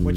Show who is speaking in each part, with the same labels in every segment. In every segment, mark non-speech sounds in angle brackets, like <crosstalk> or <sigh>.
Speaker 1: what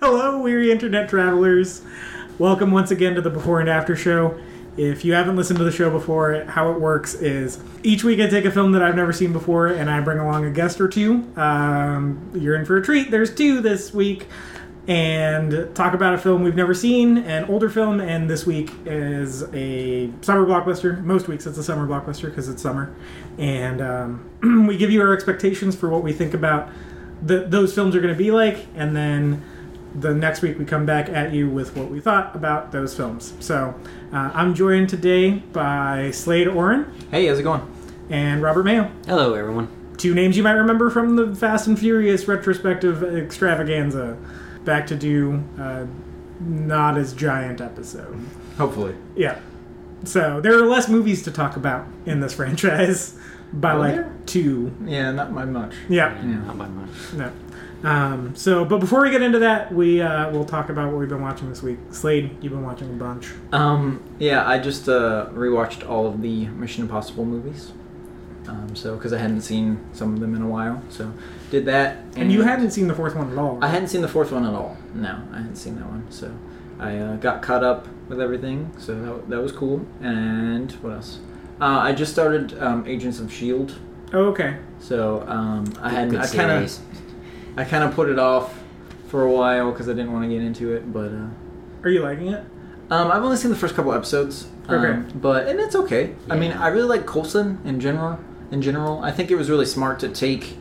Speaker 1: Hello, weary internet travelers. Welcome once again to the Before and After Show. If you haven't listened to the show before, how it works is each week I take a film that I've never seen before and I bring along a guest or two. Um, you're in for a treat. There's two this week. And talk about a film we've never seen, an older film, and this week is a summer blockbuster. Most weeks it's a summer blockbuster because it's summer. And um, <clears throat> we give you our expectations for what we think about the, those films are going to be like, and then the next week we come back at you with what we thought about those films. So uh, I'm joined today by Slade Oren
Speaker 2: Hey, how's it going?
Speaker 1: and Robert Mayo,
Speaker 2: Hello, everyone.
Speaker 1: two names you might remember from the Fast and Furious retrospective extravaganza. Back to do uh, not as giant episode.
Speaker 2: Hopefully.
Speaker 1: Yeah. So there are less movies to talk about in this <laughs> franchise by
Speaker 2: Are
Speaker 1: like
Speaker 2: there?
Speaker 1: two.
Speaker 2: Yeah, not by much.
Speaker 1: Yeah.
Speaker 2: Yeah.
Speaker 1: No. Um, so, but before we get into that, we uh, will talk about what we've been watching this week. Slade, you've been watching a bunch.
Speaker 2: Um, yeah, I just uh, rewatched all of the Mission Impossible movies. Um, so, because I hadn't seen some of them in a while, so did that.
Speaker 1: And you hadn't seen the fourth one at all.
Speaker 2: I hadn't seen the fourth one at all. No, I hadn't seen that one. So, I uh, got caught up with everything. So that, that was cool. And what else? Uh, I just started um, Agents of Shield.
Speaker 1: Oh, okay.
Speaker 2: So um, I had
Speaker 3: Good
Speaker 2: I kind of
Speaker 3: series.
Speaker 2: I kind of put it off for a while because I didn't want to get into it, but. Uh,
Speaker 1: Are you liking it?
Speaker 2: Um, I've only seen the first couple episodes. um,
Speaker 1: Okay.
Speaker 2: but and it's okay. I mean,
Speaker 3: Yeah.
Speaker 2: I really like Colson in general. In general, I think it was really smart to take.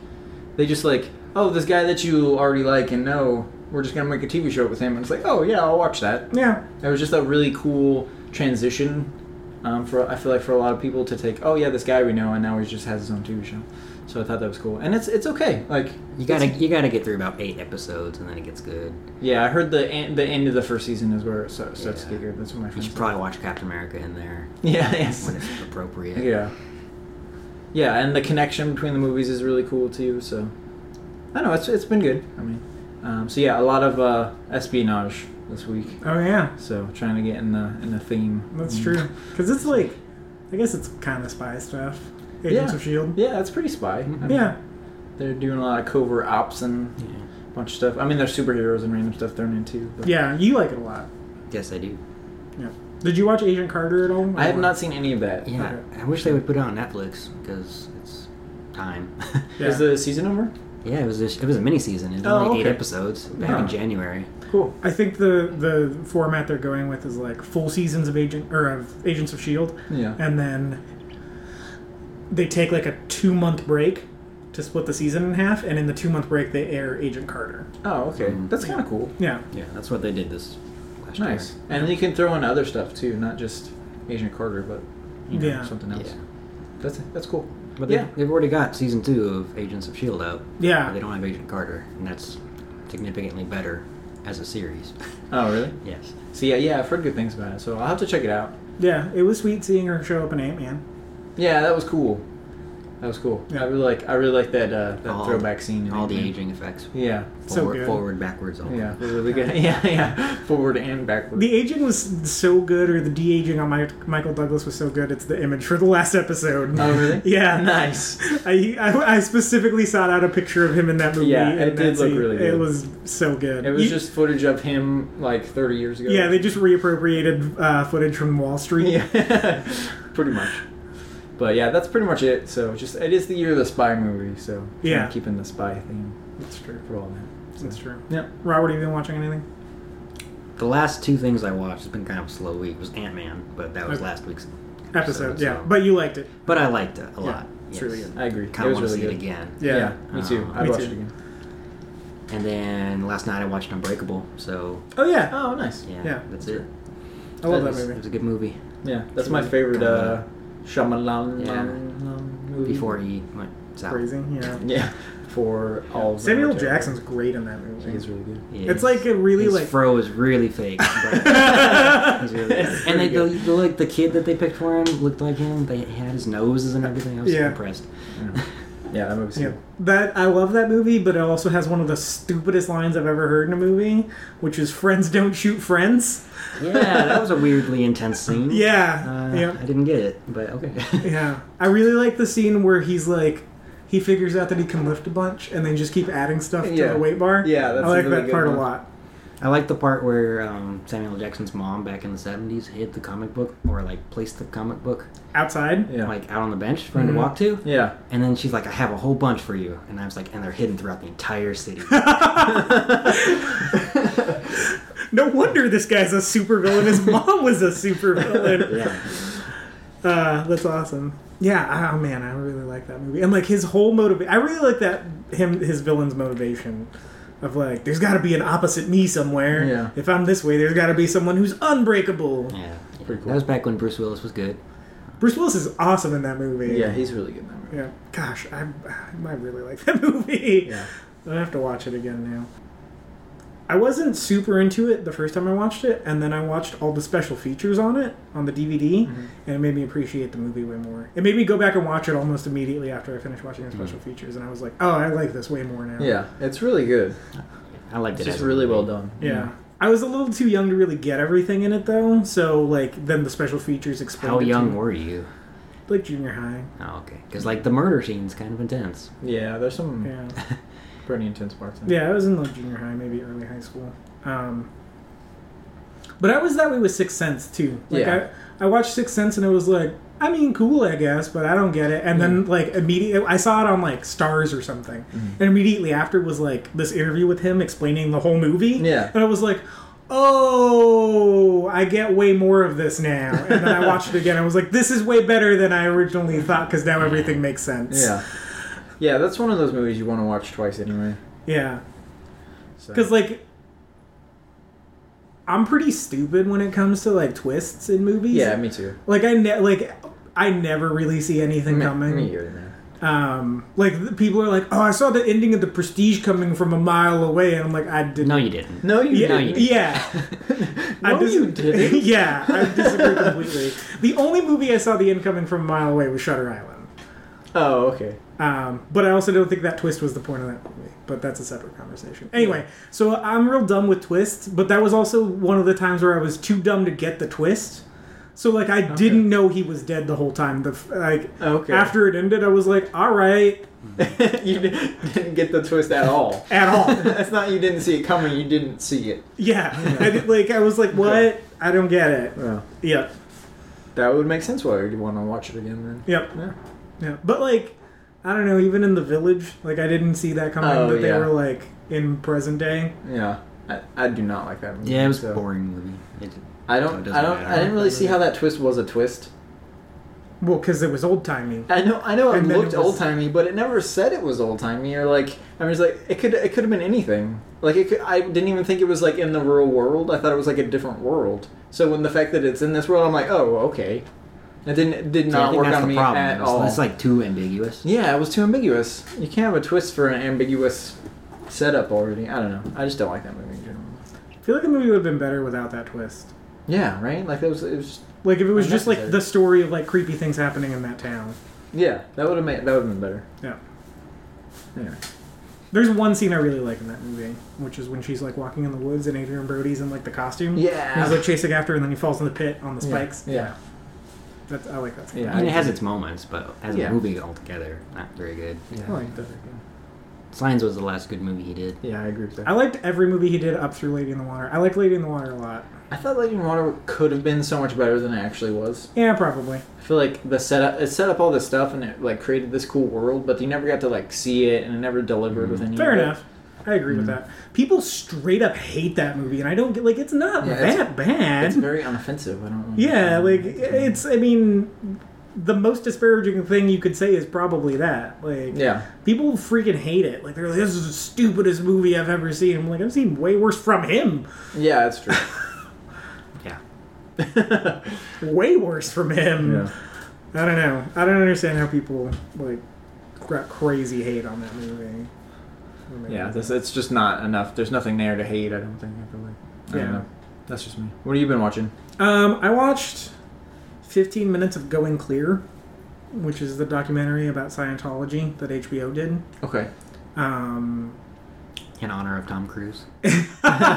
Speaker 2: They just like, oh, this guy that you already like and know, we're just gonna make a TV show with him. And it's like, oh yeah, I'll watch that.
Speaker 1: Yeah.
Speaker 2: It was just a really cool transition. Um, for I feel like for a lot of people to take, oh yeah, this guy we know, and now he just has his own TV show. So I thought that was cool, and it's it's okay. Like
Speaker 3: You gotta
Speaker 2: it's-
Speaker 3: you gotta get through about eight episodes and then it gets good.
Speaker 2: yeah. I heard the en- the end of the first season is where it starts starts to
Speaker 3: Yeah.
Speaker 2: get good. That's what my
Speaker 3: You
Speaker 2: friends.
Speaker 3: should probably watch Captain America in there
Speaker 2: <laughs> yeah yes.
Speaker 3: when <laughs> it's appropriate.
Speaker 2: Yeah. Yeah, and the connection between the movies is really cool too. So, I don't know it's it's been good. I mean, um, so yeah, a lot of uh, espionage this week.
Speaker 1: Oh, yeah.
Speaker 2: So trying to get in the in the theme.
Speaker 1: That's
Speaker 2: Mm.
Speaker 1: true. Because it's like, I guess it's kind of spy stuff. Agents
Speaker 2: Yeah.
Speaker 1: of S.H.I.E.L.D.
Speaker 2: Yeah, that's pretty spy. I mean,
Speaker 1: E Yeah.
Speaker 2: they're doing a lot of covert ops and
Speaker 3: Yeah.
Speaker 2: a bunch of stuff. I mean, there's superheroes and random stuff thrown in too. But
Speaker 1: Yeah, you like it a lot.
Speaker 3: Yes, I do.
Speaker 1: Yeah. Did you watch Agent Carter at all?
Speaker 2: I have not seen any of that. Is
Speaker 3: Yeah,
Speaker 1: Okay.
Speaker 3: I wish they would put it on Netflix because it's time. <laughs>
Speaker 1: Yeah.
Speaker 2: the season over?
Speaker 3: yeah, it was a, it was a mini season. It was
Speaker 2: Oh,
Speaker 3: only eight
Speaker 2: okay.
Speaker 3: episodes back
Speaker 2: Huh.
Speaker 3: in January.
Speaker 2: Cool.
Speaker 1: I think the the format they're going with is like full seasons of Agent or of Agents of Shield,
Speaker 2: Yeah.
Speaker 1: E and then they take like a two month break to split the season in half, and in the two month break they air Agent Carter.
Speaker 2: Oh, okay.
Speaker 3: Mm.
Speaker 2: That's kind of cool.
Speaker 1: Yeah.
Speaker 3: Yeah, that's what they did this last
Speaker 2: Nice.
Speaker 3: year.
Speaker 2: And then you can throw in other stuff too, not just Agent Carter, but you know,
Speaker 1: Yeah.
Speaker 2: something else.
Speaker 3: Yeah.
Speaker 2: That's that's cool.
Speaker 3: But they,
Speaker 2: yeah,
Speaker 3: they've already got season two of Agents of Shield E out. But
Speaker 1: Yeah.
Speaker 3: they don't have Agent Carter, and that's significantly better as a series.
Speaker 2: Oh, really?
Speaker 3: <laughs> yes.
Speaker 2: So yeah, yeah, I've heard good things about it, so I'll have to check it out.
Speaker 1: Yeah. It was sweet seeing her show up in Ant Man.
Speaker 2: Yeah, that was cool. That was cool.
Speaker 1: Yeah.
Speaker 2: I really like I really like that uh, that
Speaker 3: All-
Speaker 2: throwback scene. in
Speaker 3: All the
Speaker 2: Ant-Man.
Speaker 3: aging effects.
Speaker 2: Yeah,
Speaker 1: So
Speaker 3: Forward,
Speaker 1: good.
Speaker 3: forward, backwards, all.
Speaker 2: yeah, they're really good. <laughs> Yeah, yeah, forward and backward.
Speaker 1: The aging was so good, or the de aging on Mi- Michael Douglas was so good. It's the image for the last episode.
Speaker 2: oh, really?
Speaker 1: <laughs> Yeah.
Speaker 2: nice.
Speaker 1: I, I, I specifically sought out a picture of him in that movie.
Speaker 2: Yeah,
Speaker 1: and
Speaker 2: it
Speaker 1: that
Speaker 2: did look
Speaker 1: scene.
Speaker 2: really
Speaker 1: It
Speaker 2: good.
Speaker 1: was so good.
Speaker 2: It was
Speaker 1: You-
Speaker 2: just footage of him like 30 years ago.
Speaker 1: yeah, they just reappropriated uh, footage from Wall Street.
Speaker 2: Yeah, <laughs> pretty much. But yeah, that's pretty much it. So just it is the year of the spy movie. So kinda
Speaker 1: Yeah.
Speaker 2: keeping the spy theme
Speaker 1: that's true.
Speaker 2: for all that. So,
Speaker 1: That's true.
Speaker 2: Yeah.
Speaker 1: <laughs> Robert, have you been watching anything?
Speaker 3: The last two things I watched, it's been kind of a slow week, was Ant Man, but that was
Speaker 1: Okay.
Speaker 3: last week's.
Speaker 1: Episode,
Speaker 3: So-
Speaker 1: yeah,
Speaker 3: so-
Speaker 1: but you liked it.
Speaker 3: But I liked it a
Speaker 1: Yeah,
Speaker 3: lot.
Speaker 1: it's really good.
Speaker 2: I agree.
Speaker 3: Kind
Speaker 2: it
Speaker 3: of
Speaker 2: was
Speaker 3: want to
Speaker 2: really
Speaker 3: see
Speaker 2: good.
Speaker 3: it again.
Speaker 1: Yeah. Oh,
Speaker 2: me too.
Speaker 3: Uh,
Speaker 2: I
Speaker 1: me
Speaker 2: watched
Speaker 1: too.
Speaker 2: it again.
Speaker 3: And then last night I watched Unbreakable, so
Speaker 1: Oh yeah,
Speaker 2: Oh, nice.
Speaker 3: yeah,
Speaker 1: Yeah.
Speaker 3: that's it.
Speaker 1: I love
Speaker 3: It
Speaker 1: that
Speaker 3: was- It
Speaker 1: movie.
Speaker 3: was a good movie.
Speaker 2: Yeah, that's my favorite uh, Shyamalan
Speaker 3: Yeah.
Speaker 2: movie.
Speaker 3: before he went south.
Speaker 1: Crazy, yeah.
Speaker 2: <laughs> Yeah. For all the
Speaker 1: Samuel
Speaker 2: material.
Speaker 1: Jackson's great in that movie.
Speaker 2: He
Speaker 1: <laughs>
Speaker 2: is really good.
Speaker 3: Yeah,
Speaker 1: It's
Speaker 3: his-
Speaker 1: like a really
Speaker 3: his
Speaker 1: like
Speaker 3: fro is really
Speaker 1: <laughs>
Speaker 3: fake. but he's
Speaker 2: <laughs>
Speaker 3: really good.
Speaker 2: It's
Speaker 3: and they,
Speaker 2: pretty
Speaker 3: the,
Speaker 2: good.
Speaker 3: the, like the kid that they picked for him looked like him. They had his noses and everything. I was
Speaker 1: Yeah.
Speaker 3: impressed. <laughs>
Speaker 2: Yeah, that movie's
Speaker 1: Yeah,
Speaker 2: good.
Speaker 1: that I love that movie, but it also has one of the stupidest lines I've ever heard in a movie, which is "Friends don't shoot friends."
Speaker 3: Yeah, <laughs> that was a weirdly intense
Speaker 1: <laughs>
Speaker 3: scene.
Speaker 1: Yeah,
Speaker 3: Uh,
Speaker 1: yeah,
Speaker 3: I didn't get it, but okay.
Speaker 1: yeah. I really like the scene where he's like, he figures out that he can lift a bunch, and then just keep adding stuff to
Speaker 2: Yeah.
Speaker 1: the weight bar.
Speaker 2: Yeah, that's
Speaker 1: I
Speaker 2: a
Speaker 1: like
Speaker 2: really
Speaker 1: that
Speaker 2: good
Speaker 1: part
Speaker 2: one.
Speaker 1: a lot.
Speaker 3: <laughs> I like the part where um, Samuel Jackson's mom back in the '70s hid the comic book, or like placed the comic book
Speaker 1: Outside,
Speaker 2: Yeah.
Speaker 3: like out on the bench for him
Speaker 1: Mhm.
Speaker 3: to walk to.
Speaker 2: yeah.
Speaker 3: And then she's like, "I have a whole bunch for you," and I was like, "And they're hidden throughout the
Speaker 1: <laughs>
Speaker 3: entire city."
Speaker 1: no wonder this guy's a supervillain. His mom was a supervillain.
Speaker 3: yeah,
Speaker 1: Uh, that's awesome. Yeah, oh man, I really like that movie. And like his whole motive I really like that him his villain's motivation of like there's got to be an opposite me somewhere.
Speaker 2: Yeah.
Speaker 1: If I'm this way, there's got to be someone who's unbreakable.
Speaker 3: yeah.
Speaker 2: Pretty cool.
Speaker 3: That was back when Bruce Willis was good.
Speaker 1: Bruce Willis is awesome in that movie.
Speaker 2: Yeah, he's really good in that movie.
Speaker 1: Yeah. Gosh, I I might really like <laughs> that movie.
Speaker 2: Yeah.
Speaker 1: I have to watch it again now. I wasn't super into it the first time I watched it, and then I watched all the special features on it on the DVD,
Speaker 3: Mm-hmm.
Speaker 1: and it made me appreciate the movie way more. It made me go back and watch it almost immediately after I finished watching
Speaker 3: Mm-hmm.
Speaker 1: the special features, and I was like, oh, I like this way more now.
Speaker 2: Yeah, it's really good.
Speaker 3: I liked
Speaker 2: It's
Speaker 3: it.
Speaker 2: just
Speaker 3: as a
Speaker 2: really
Speaker 3: movie.
Speaker 2: well done.
Speaker 3: Mm-hmm.
Speaker 1: Yeah. I was a little too young to really get everything in it though, so like then the special features explained.
Speaker 3: How
Speaker 1: it to
Speaker 3: young
Speaker 1: me.
Speaker 3: were you?
Speaker 1: Like junior high.
Speaker 3: Oh, okay. Because like the murder scene's kind of intense.
Speaker 2: Yeah, there's some
Speaker 1: Yeah.
Speaker 2: pretty intense parts. In it.
Speaker 1: Yeah, I was in like junior high, maybe early high school. Um, but I was that way with Sixth Sense too. Like
Speaker 2: Yeah.
Speaker 1: I, I watched Sixth Sense and it was like, I mean, cool, I guess, but I don't get it. And
Speaker 2: Mm.
Speaker 1: then like immediately, I saw it on like Stars or something, and immediately after was like this interview with him explaining the whole movie.
Speaker 2: Yeah.
Speaker 1: and I was like. Oh, I get way more of this now. And then I watched it again. I was like, this is way better than I originally thought because now everything makes sense.
Speaker 2: Yeah. Yeah, that's one of those movies you want to watch twice anyway.
Speaker 1: Yeah.
Speaker 2: So.
Speaker 1: Because like, I'm pretty stupid when it comes to like twists in movies.
Speaker 2: yeah, me too.
Speaker 1: Like I ne- like I never really see anything
Speaker 2: Me,
Speaker 1: coming.
Speaker 2: me either, man.
Speaker 1: Um, like th- people are like, "Oh, I saw the ending of The Prestige coming from a mile away," and I'm like, "I didn't."
Speaker 3: No, you didn't.
Speaker 2: No, you
Speaker 1: Yeah,
Speaker 3: No,
Speaker 2: didn't.
Speaker 1: <laughs>
Speaker 3: didn't.
Speaker 1: yeah.
Speaker 2: No,
Speaker 1: dis-
Speaker 2: you
Speaker 1: <laughs>
Speaker 2: didn't.
Speaker 1: yeah, I disagree completely. The only movie I saw the end coming from a mile away was Shutter Island.
Speaker 2: Oh, okay.
Speaker 1: Um, but I also don't think that twist was the point of that movie. But that's a separate conversation. Anyway, so I'm real dumb with twists, but that was also one of the times where I was too dumb to get the twist. So like I didn't know he was dead the whole time. The f- like
Speaker 2: Okay.
Speaker 1: after it ended, I was like, all right,
Speaker 2: <laughs> you di- didn't get the twist at all.
Speaker 1: at
Speaker 2: <laughs>
Speaker 1: all. <laughs>
Speaker 2: That's not you didn't see it coming. You didn't see it.
Speaker 1: yeah, I did, like I was like, what? I don't get it.
Speaker 2: Well,
Speaker 1: Yep,
Speaker 2: that would make sense why you'd want to watch it again
Speaker 1: yep,
Speaker 2: then. Yeah.
Speaker 1: yeah. But like, I don't know. Even in the village, like I didn't see that coming.
Speaker 2: Oh,
Speaker 1: that they
Speaker 2: yeah.
Speaker 1: were like in present day.
Speaker 2: Yeah. I, I do not like that movie.
Speaker 3: Yeah, it was
Speaker 2: so-
Speaker 3: a boring movie. It,
Speaker 2: I
Speaker 3: so it
Speaker 2: don't.
Speaker 3: doesn't
Speaker 2: I don't.
Speaker 3: matter.
Speaker 2: I didn't really see how that twist was a twist.
Speaker 1: Well, because it was old timey.
Speaker 2: I know. I know. It
Speaker 1: And then it
Speaker 2: looked
Speaker 1: was-
Speaker 2: old timey, but it never said it was old timey. Or like, I mean, it's like it could. It could have been anything. Like it. Could, I didn't even think it was like in the real world. I thought it was like a different world. So when the fact that it's in this world, I'm like, oh, okay. It didn't. It did
Speaker 3: Yeah, I
Speaker 2: not
Speaker 3: think
Speaker 2: work
Speaker 3: that's
Speaker 2: on
Speaker 3: the
Speaker 2: me
Speaker 3: problem.
Speaker 2: at
Speaker 3: It's-
Speaker 2: all.
Speaker 3: It's like too ambiguous.
Speaker 2: Yeah, it was too ambiguous. You can't have a twist for an ambiguous setup already. I don't know. I just don't like that movie in general.
Speaker 1: I feel like the movie would have been better without that twist.
Speaker 2: Yeah, right. Like that was. It was.
Speaker 1: Like if it was just like
Speaker 2: Unnecessary.
Speaker 1: the story of like creepy things happening in that town.
Speaker 2: Yeah, that would have made. That would have been better.
Speaker 1: Yeah.
Speaker 2: Anyway.
Speaker 1: There's one scene I really like in that movie, which is when she's like walking in the woods and Adrian Brody's in like the costume.
Speaker 2: Yeah.
Speaker 1: And he's like chasing after her and then he falls in the pit on the
Speaker 2: Yeah,
Speaker 1: spikes.
Speaker 2: yeah.
Speaker 1: That's I like that scene.
Speaker 3: I
Speaker 2: Yeah.
Speaker 3: mean, it has its moments, but as
Speaker 2: Yeah.
Speaker 3: a movie altogether, not very good.
Speaker 2: Yeah.
Speaker 1: I like that.
Speaker 3: Signs was the last good movie he did.
Speaker 2: Yeah, I agree with that.
Speaker 1: I liked every movie he did up through Lady in the Water. I like Lady in the Water a lot.
Speaker 2: I thought Lady in Water could have been so much better than it actually was.
Speaker 1: Yeah, probably.
Speaker 2: I feel like the setup it set up all this stuff and it like created this cool world, but you never got to like see it and it never delivered with any.
Speaker 1: Mm-hmm. Fair
Speaker 2: of it.
Speaker 1: enough. I agree with
Speaker 2: Mm-hmm.
Speaker 1: that. People straight up hate that movie, and I don't get like it's not
Speaker 2: Yeah,
Speaker 1: that
Speaker 2: it's-
Speaker 1: bad.
Speaker 2: It's very unoffensive. I don't.
Speaker 1: Yeah, like
Speaker 2: understand.
Speaker 1: it's. I mean, the most disparaging thing you could say is probably that. Like,
Speaker 2: Yeah.
Speaker 1: people freaking hate it. Like, they're like, "This is the stupidest movie I've ever seen." I'm like, I've seen way worse from him.
Speaker 2: Yeah, it's
Speaker 1: <laughs>
Speaker 2: true.
Speaker 3: Yeah.
Speaker 1: Way worse from him.
Speaker 2: <laughs> yeah.
Speaker 1: I don't know. I don't understand how people like got crazy hate on that movie. I mean,
Speaker 2: Yeah, this, it's just not enough. There's nothing there to hate. I don't think. I feel like. I
Speaker 1: Yeah.
Speaker 2: don't know. That's just me. What have you been watching?
Speaker 1: Um, I watched 15 minutes of Going Clear, which is the documentary about Scientology that HBO did.
Speaker 2: Okay. <laughs>
Speaker 1: Um,
Speaker 3: in honor of Tom Cruise.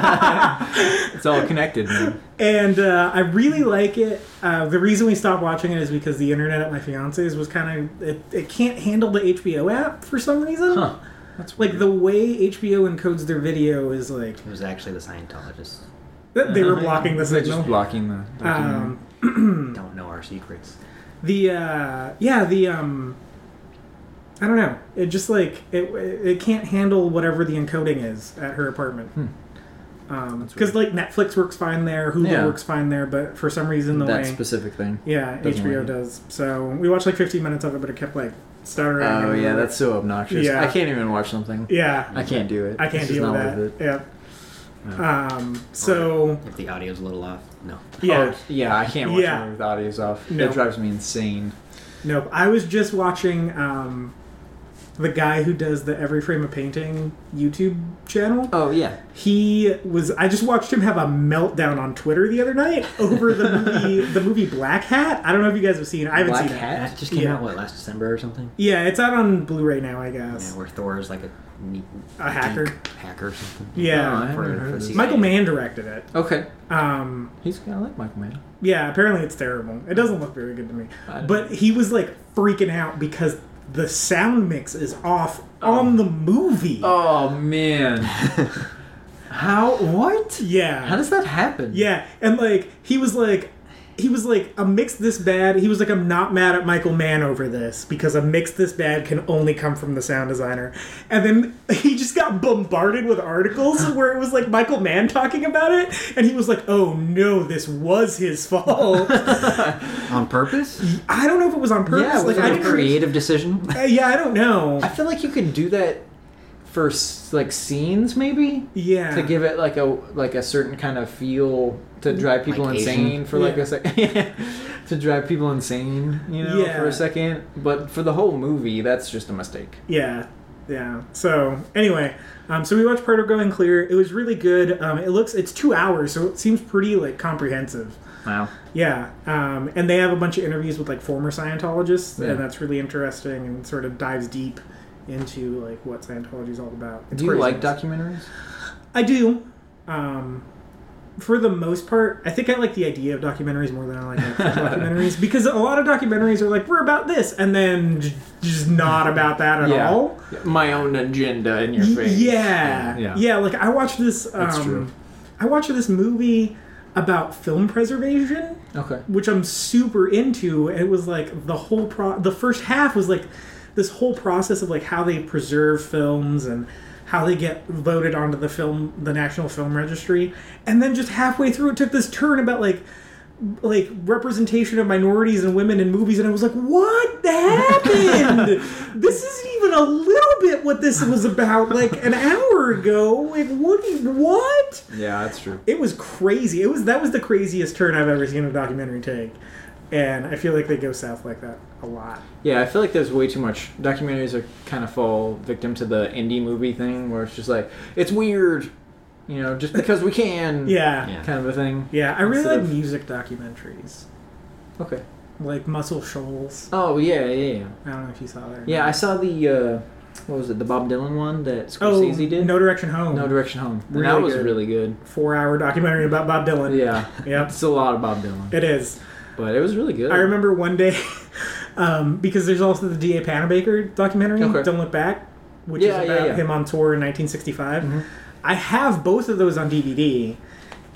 Speaker 2: It's all connected. Man.
Speaker 1: and uh, I really like it. Uh, the reason we stopped watching it is because the internet at my fiance's was kind of it, it can't handle the HBO app for some reason.
Speaker 2: Huh. That's
Speaker 1: Like the way HBO encodes their video is like
Speaker 3: It was actually the Scientologists.
Speaker 1: th- <laughs> they
Speaker 2: <laughs>
Speaker 1: were
Speaker 2: Uh,
Speaker 1: blocking the
Speaker 2: They're just
Speaker 1: signal.
Speaker 2: blocking the.
Speaker 1: Um,
Speaker 2: Hmm.
Speaker 3: Don't know our secrets.
Speaker 1: the uh yeah the um i don't know it just like it it can't handle whatever the encoding is at her apartment
Speaker 2: Hmm.
Speaker 1: um because like netflix works fine there hulu
Speaker 2: Yeah.
Speaker 1: works fine there but for some reason the
Speaker 2: that
Speaker 1: way
Speaker 2: specific thing.
Speaker 1: yeah
Speaker 2: doesn't
Speaker 1: hbo
Speaker 2: work.
Speaker 1: does so we watched like 15 minutes of it but it kept like stuttering
Speaker 2: Oh
Speaker 1: and-
Speaker 2: yeah, that's so obnoxious.
Speaker 1: Yeah.
Speaker 2: I can't even watch something.
Speaker 1: yeah
Speaker 2: I can't do it.
Speaker 1: i can't
Speaker 2: It's just
Speaker 1: deal with
Speaker 2: not
Speaker 1: that
Speaker 2: it. Oh.
Speaker 1: yeah um so
Speaker 3: If the audio's a little off, no.
Speaker 1: yeah
Speaker 2: Oh, yeah, I can't watch
Speaker 1: Yeah.
Speaker 2: yeah. movie with audio's off.
Speaker 1: No.
Speaker 2: It drives me insane.
Speaker 1: Nope. I was just watching um, the guy who does the Every Frame of Painting YouTube channel.
Speaker 2: Oh yeah.
Speaker 1: He was. I just watched him have a meltdown on Twitter the other night over the
Speaker 2: <laughs>
Speaker 1: movie, the movie Black Hat. I don't know if you guys have seen. it. I haven't
Speaker 2: Black
Speaker 1: seen it.
Speaker 2: Hat.
Speaker 3: That just came
Speaker 1: Yeah.
Speaker 3: out what last December or something.
Speaker 1: Yeah, it's out on Blu-ray now, I
Speaker 3: Yeah,
Speaker 1: guess.
Speaker 3: where Thor is like a ne-
Speaker 1: A hacker.
Speaker 3: geek hacker or something.
Speaker 2: Oh, I
Speaker 1: Yeah.
Speaker 2: haven't
Speaker 3: For-
Speaker 2: heard
Speaker 3: for
Speaker 2: of
Speaker 3: the
Speaker 2: this.
Speaker 1: Michael Mann directed it.
Speaker 2: Okay.
Speaker 1: Um,
Speaker 2: He's I like Michael Mann.
Speaker 1: yeah, apparently it's terrible. It doesn't look very good to me.
Speaker 2: I don't-
Speaker 1: But he was like freaking out because the sound mix is off on the movie.
Speaker 2: Oh
Speaker 1: <laughs>
Speaker 2: man. How what?
Speaker 1: yeah.
Speaker 2: How does that happen?
Speaker 1: Yeah, and like he was like he was like a mix this bad. He was like I'm not mad at Michael Mann over this because a mix this bad can only come from the sound designer. And then <laughs> he just got bombarded with
Speaker 2: <laughs>
Speaker 1: articles where it was like Michael Mann talking about it and he was like, "Oh no, this was his
Speaker 2: <laughs>
Speaker 1: fault."
Speaker 3: On purpose?
Speaker 1: I don't know if it was on purpose.
Speaker 2: Yeah, it
Speaker 1: like
Speaker 2: was
Speaker 1: I
Speaker 2: on
Speaker 1: didn't create.
Speaker 3: Creative decision. <laughs>
Speaker 1: Uh, yeah, I don't know.
Speaker 2: I feel like you could do that for s- like scenes maybe
Speaker 1: Yeah.
Speaker 2: to give it like a like a certain kind of feel to drive people
Speaker 3: Mm, Like Asian.
Speaker 2: insane for like
Speaker 1: Yeah.
Speaker 2: a <laughs> second to drive people insane you know
Speaker 1: Yeah.
Speaker 2: for a second but for the whole movie that's just a mistake
Speaker 1: Yeah, yeah. So anyway, um, so we watched part of Going Clear. It was really good. Um, it looks it's two hours, so it seems pretty like comprehensive.
Speaker 2: wow
Speaker 1: Yeah, um, and they have a bunch of interviews with like former Scientologists,
Speaker 2: Yeah.
Speaker 1: and that's really interesting and sort of dives deep into like what Scientology is all about. It's
Speaker 2: do you like
Speaker 1: craziness.
Speaker 2: documentaries
Speaker 1: I do. Um, for the most part, I think I like the idea of documentaries more than I like actual documentaries because a lot of documentaries are like we're about this, and then j- just not about that at all.
Speaker 2: my own agenda in your
Speaker 1: Y-
Speaker 2: face
Speaker 1: Yeah. yeah,
Speaker 2: yeah
Speaker 1: Like I watched this.
Speaker 2: That's true.
Speaker 1: Um, I watched this movie about film preservation,
Speaker 2: okay
Speaker 1: which I'm super into. It was like the whole pro. The first half was like this whole process of like how they preserve films and how they get voted onto the film, the National Film Registry, and then just halfway through it took this turn about like like representation of minorities and women in movies and i was like what happened this isn't even a little bit what this was about like an hour ago like what do you- what
Speaker 2: yeah that's true
Speaker 1: it was crazy it was that was the craziest turn i've ever seen a documentary take and i feel like they go south like that a lot
Speaker 2: Yeah, I feel like there's way too much. Documentaries are kind of fall victim to the indie movie thing, where it's just like it's weird, you know, just because we can,
Speaker 1: yeah yeah,
Speaker 3: Yeah.
Speaker 2: kind of a thing.
Speaker 1: i really
Speaker 2: Instead
Speaker 1: like
Speaker 2: of-
Speaker 1: music documentaries
Speaker 2: Okay.
Speaker 1: like muscle shoals
Speaker 2: Oh yeah, yeah, yeah.
Speaker 1: i don't know if you saw that or
Speaker 2: Yeah,
Speaker 1: not.
Speaker 2: I saw the uh, what was it, the Bob Dylan one that
Speaker 1: oh
Speaker 2: Scorsese did.
Speaker 1: no direction home
Speaker 2: No Direction Home. And
Speaker 1: Really
Speaker 2: that was
Speaker 1: good.
Speaker 2: really good.
Speaker 1: four hour documentary about bob dylan
Speaker 2: Yeah,
Speaker 1: yep
Speaker 2: it's a lot of Bob Dylan,
Speaker 1: it is
Speaker 2: but it was really good.
Speaker 1: I remember one day, <laughs> um, because there's also the D.A. Panabaker documentary,
Speaker 2: Okay.
Speaker 1: Don't Look Back, which
Speaker 2: Yeah,
Speaker 1: is
Speaker 2: yeah,
Speaker 1: about
Speaker 2: yeah. Mm-hmm.
Speaker 1: him on tour in 1965. I have both of those on DVD.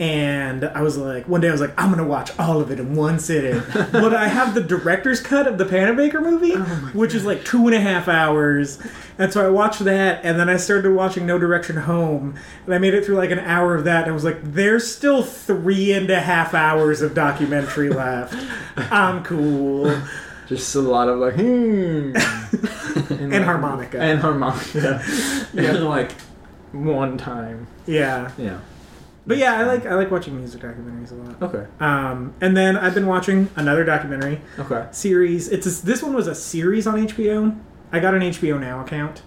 Speaker 1: And I was like, one day I was like, I'm gonna watch all of it in one
Speaker 2: <laughs>
Speaker 1: sitting. but I have the director's cut of the Panabaker movie,
Speaker 2: Oh
Speaker 1: which is like two and a half hours. And so I watched that, and then I started watching No Direction Home, and I made it through like an hour of that. And I was like, there's still three and a half hours of
Speaker 2: <laughs>
Speaker 1: documentary left. I'm cool.
Speaker 2: Just a lot of
Speaker 1: <laughs>
Speaker 2: like hmm, and,
Speaker 1: And
Speaker 2: like,
Speaker 1: harmonica.
Speaker 2: <laughs> and harmonica, yeah, and like one time,
Speaker 1: yeah.
Speaker 2: yeah.
Speaker 1: But yeah, I like I like watching music documentaries a lot.
Speaker 2: Okay.
Speaker 1: Um, and then I've been watching another documentary
Speaker 2: Okay.
Speaker 1: series. It's a, this one was a series on HBO. I got an HBO Now account.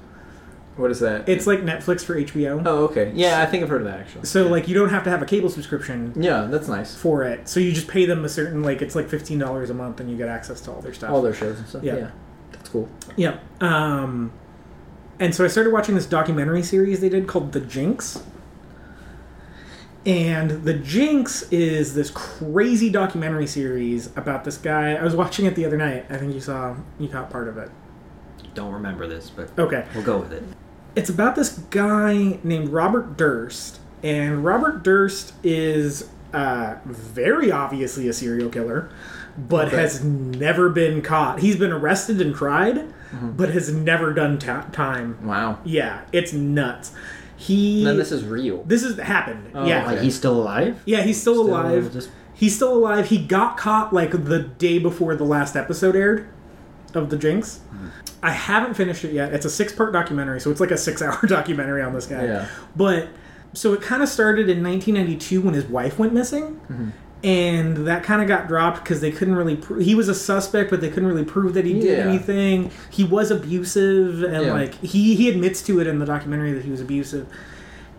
Speaker 2: What is that?
Speaker 1: It's like Netflix for HBO.
Speaker 2: oh, okay. Yeah, I think I've heard of that actually.
Speaker 1: So like you don't have to have a cable subscription
Speaker 2: Yeah, that's nice.
Speaker 1: for it. So you just pay them a certain like it's like fifteen dollars a month and you get access to all their stuff.
Speaker 2: All their shows and stuff.
Speaker 1: Yeah.
Speaker 2: Yeah. That's cool.
Speaker 1: yeah. Um, and so I started watching this documentary series they did called The Jinx. And The Jinx is this crazy documentary series about this guy. I was watching it the other night. I think you saw you caught part of it.
Speaker 3: Don't remember this, but
Speaker 1: Okay.
Speaker 3: we'll go with it.
Speaker 1: it's about this guy named Robert Durst, and Robert Durst is uh, very obviously a serial killer, but
Speaker 2: Okay.
Speaker 1: has never been caught. He's been arrested and tried, but has never done ta time.
Speaker 2: Wow.
Speaker 1: Yeah, it's nuts. He
Speaker 2: Then this is real.
Speaker 1: this is happened.
Speaker 2: Oh,
Speaker 1: yeah,
Speaker 3: Like
Speaker 2: Okay.
Speaker 3: he's still alive.
Speaker 1: yeah, he's still,
Speaker 3: Still
Speaker 1: alive.
Speaker 3: just-
Speaker 1: He's still alive. He got caught like the day before the last episode aired of The Jinx.
Speaker 2: Hmm.
Speaker 1: I haven't finished it yet. It's a six part documentary, so it's like a six hour <laughs> documentary on this guy.
Speaker 2: Yeah.
Speaker 1: But so it kind of started in 1992 when his wife went missing.
Speaker 2: Mm-hmm.
Speaker 1: And that kind of got dropped because they couldn't really. Pr- he was a suspect, but they couldn't really prove that he did
Speaker 2: Yeah.
Speaker 1: anything. He was abusive, and
Speaker 2: Yeah.
Speaker 1: like he he admits to it in the documentary that he was abusive.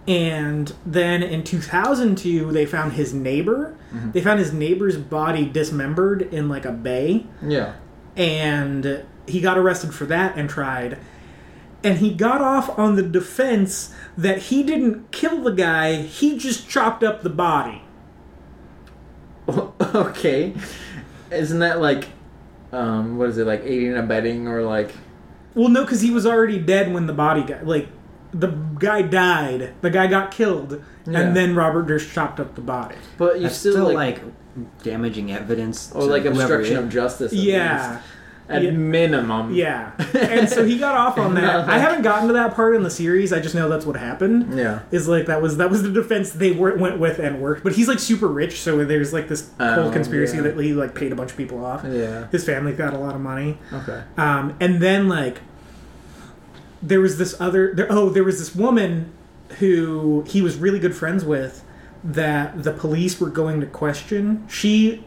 Speaker 1: And then in 2002, they found his neighbor. They found his neighbor's body dismembered in like a bay.
Speaker 2: Yeah.
Speaker 1: And he got arrested for that and tried. And he got off on the defense that he didn't kill the guy, he just chopped up the body.
Speaker 2: <laughs> okay. Isn't that like, um, what is it like aiding and abetting or like?
Speaker 1: Well, no, because he was already dead when the body got. Like, the guy died, the guy got killed,
Speaker 2: Yeah.
Speaker 1: and then Robert just chopped up the body.
Speaker 2: But you
Speaker 3: That's
Speaker 2: still, like,
Speaker 3: damaging evidence
Speaker 2: or
Speaker 3: to
Speaker 2: like
Speaker 3: whoever
Speaker 2: obstruction
Speaker 3: it-
Speaker 2: of justice. at
Speaker 1: Yeah.
Speaker 2: least. At
Speaker 1: Yeah.
Speaker 2: minimum.
Speaker 1: Yeah. And so he got off on that. I haven't gotten to that part in the series. I just know that's what happened.
Speaker 2: Yeah.
Speaker 1: Is like that was that was the defense they were, went with and worked. But he's like super rich, so there's like this whole
Speaker 2: Oh,
Speaker 1: conspiracy
Speaker 2: yeah.
Speaker 1: that he like paid a bunch of people off.
Speaker 2: Yeah.
Speaker 1: His family got a lot of money.
Speaker 2: Okay.
Speaker 1: Um, and then like there was this other there oh there was this woman who he was really good friends with that the police were going to question. She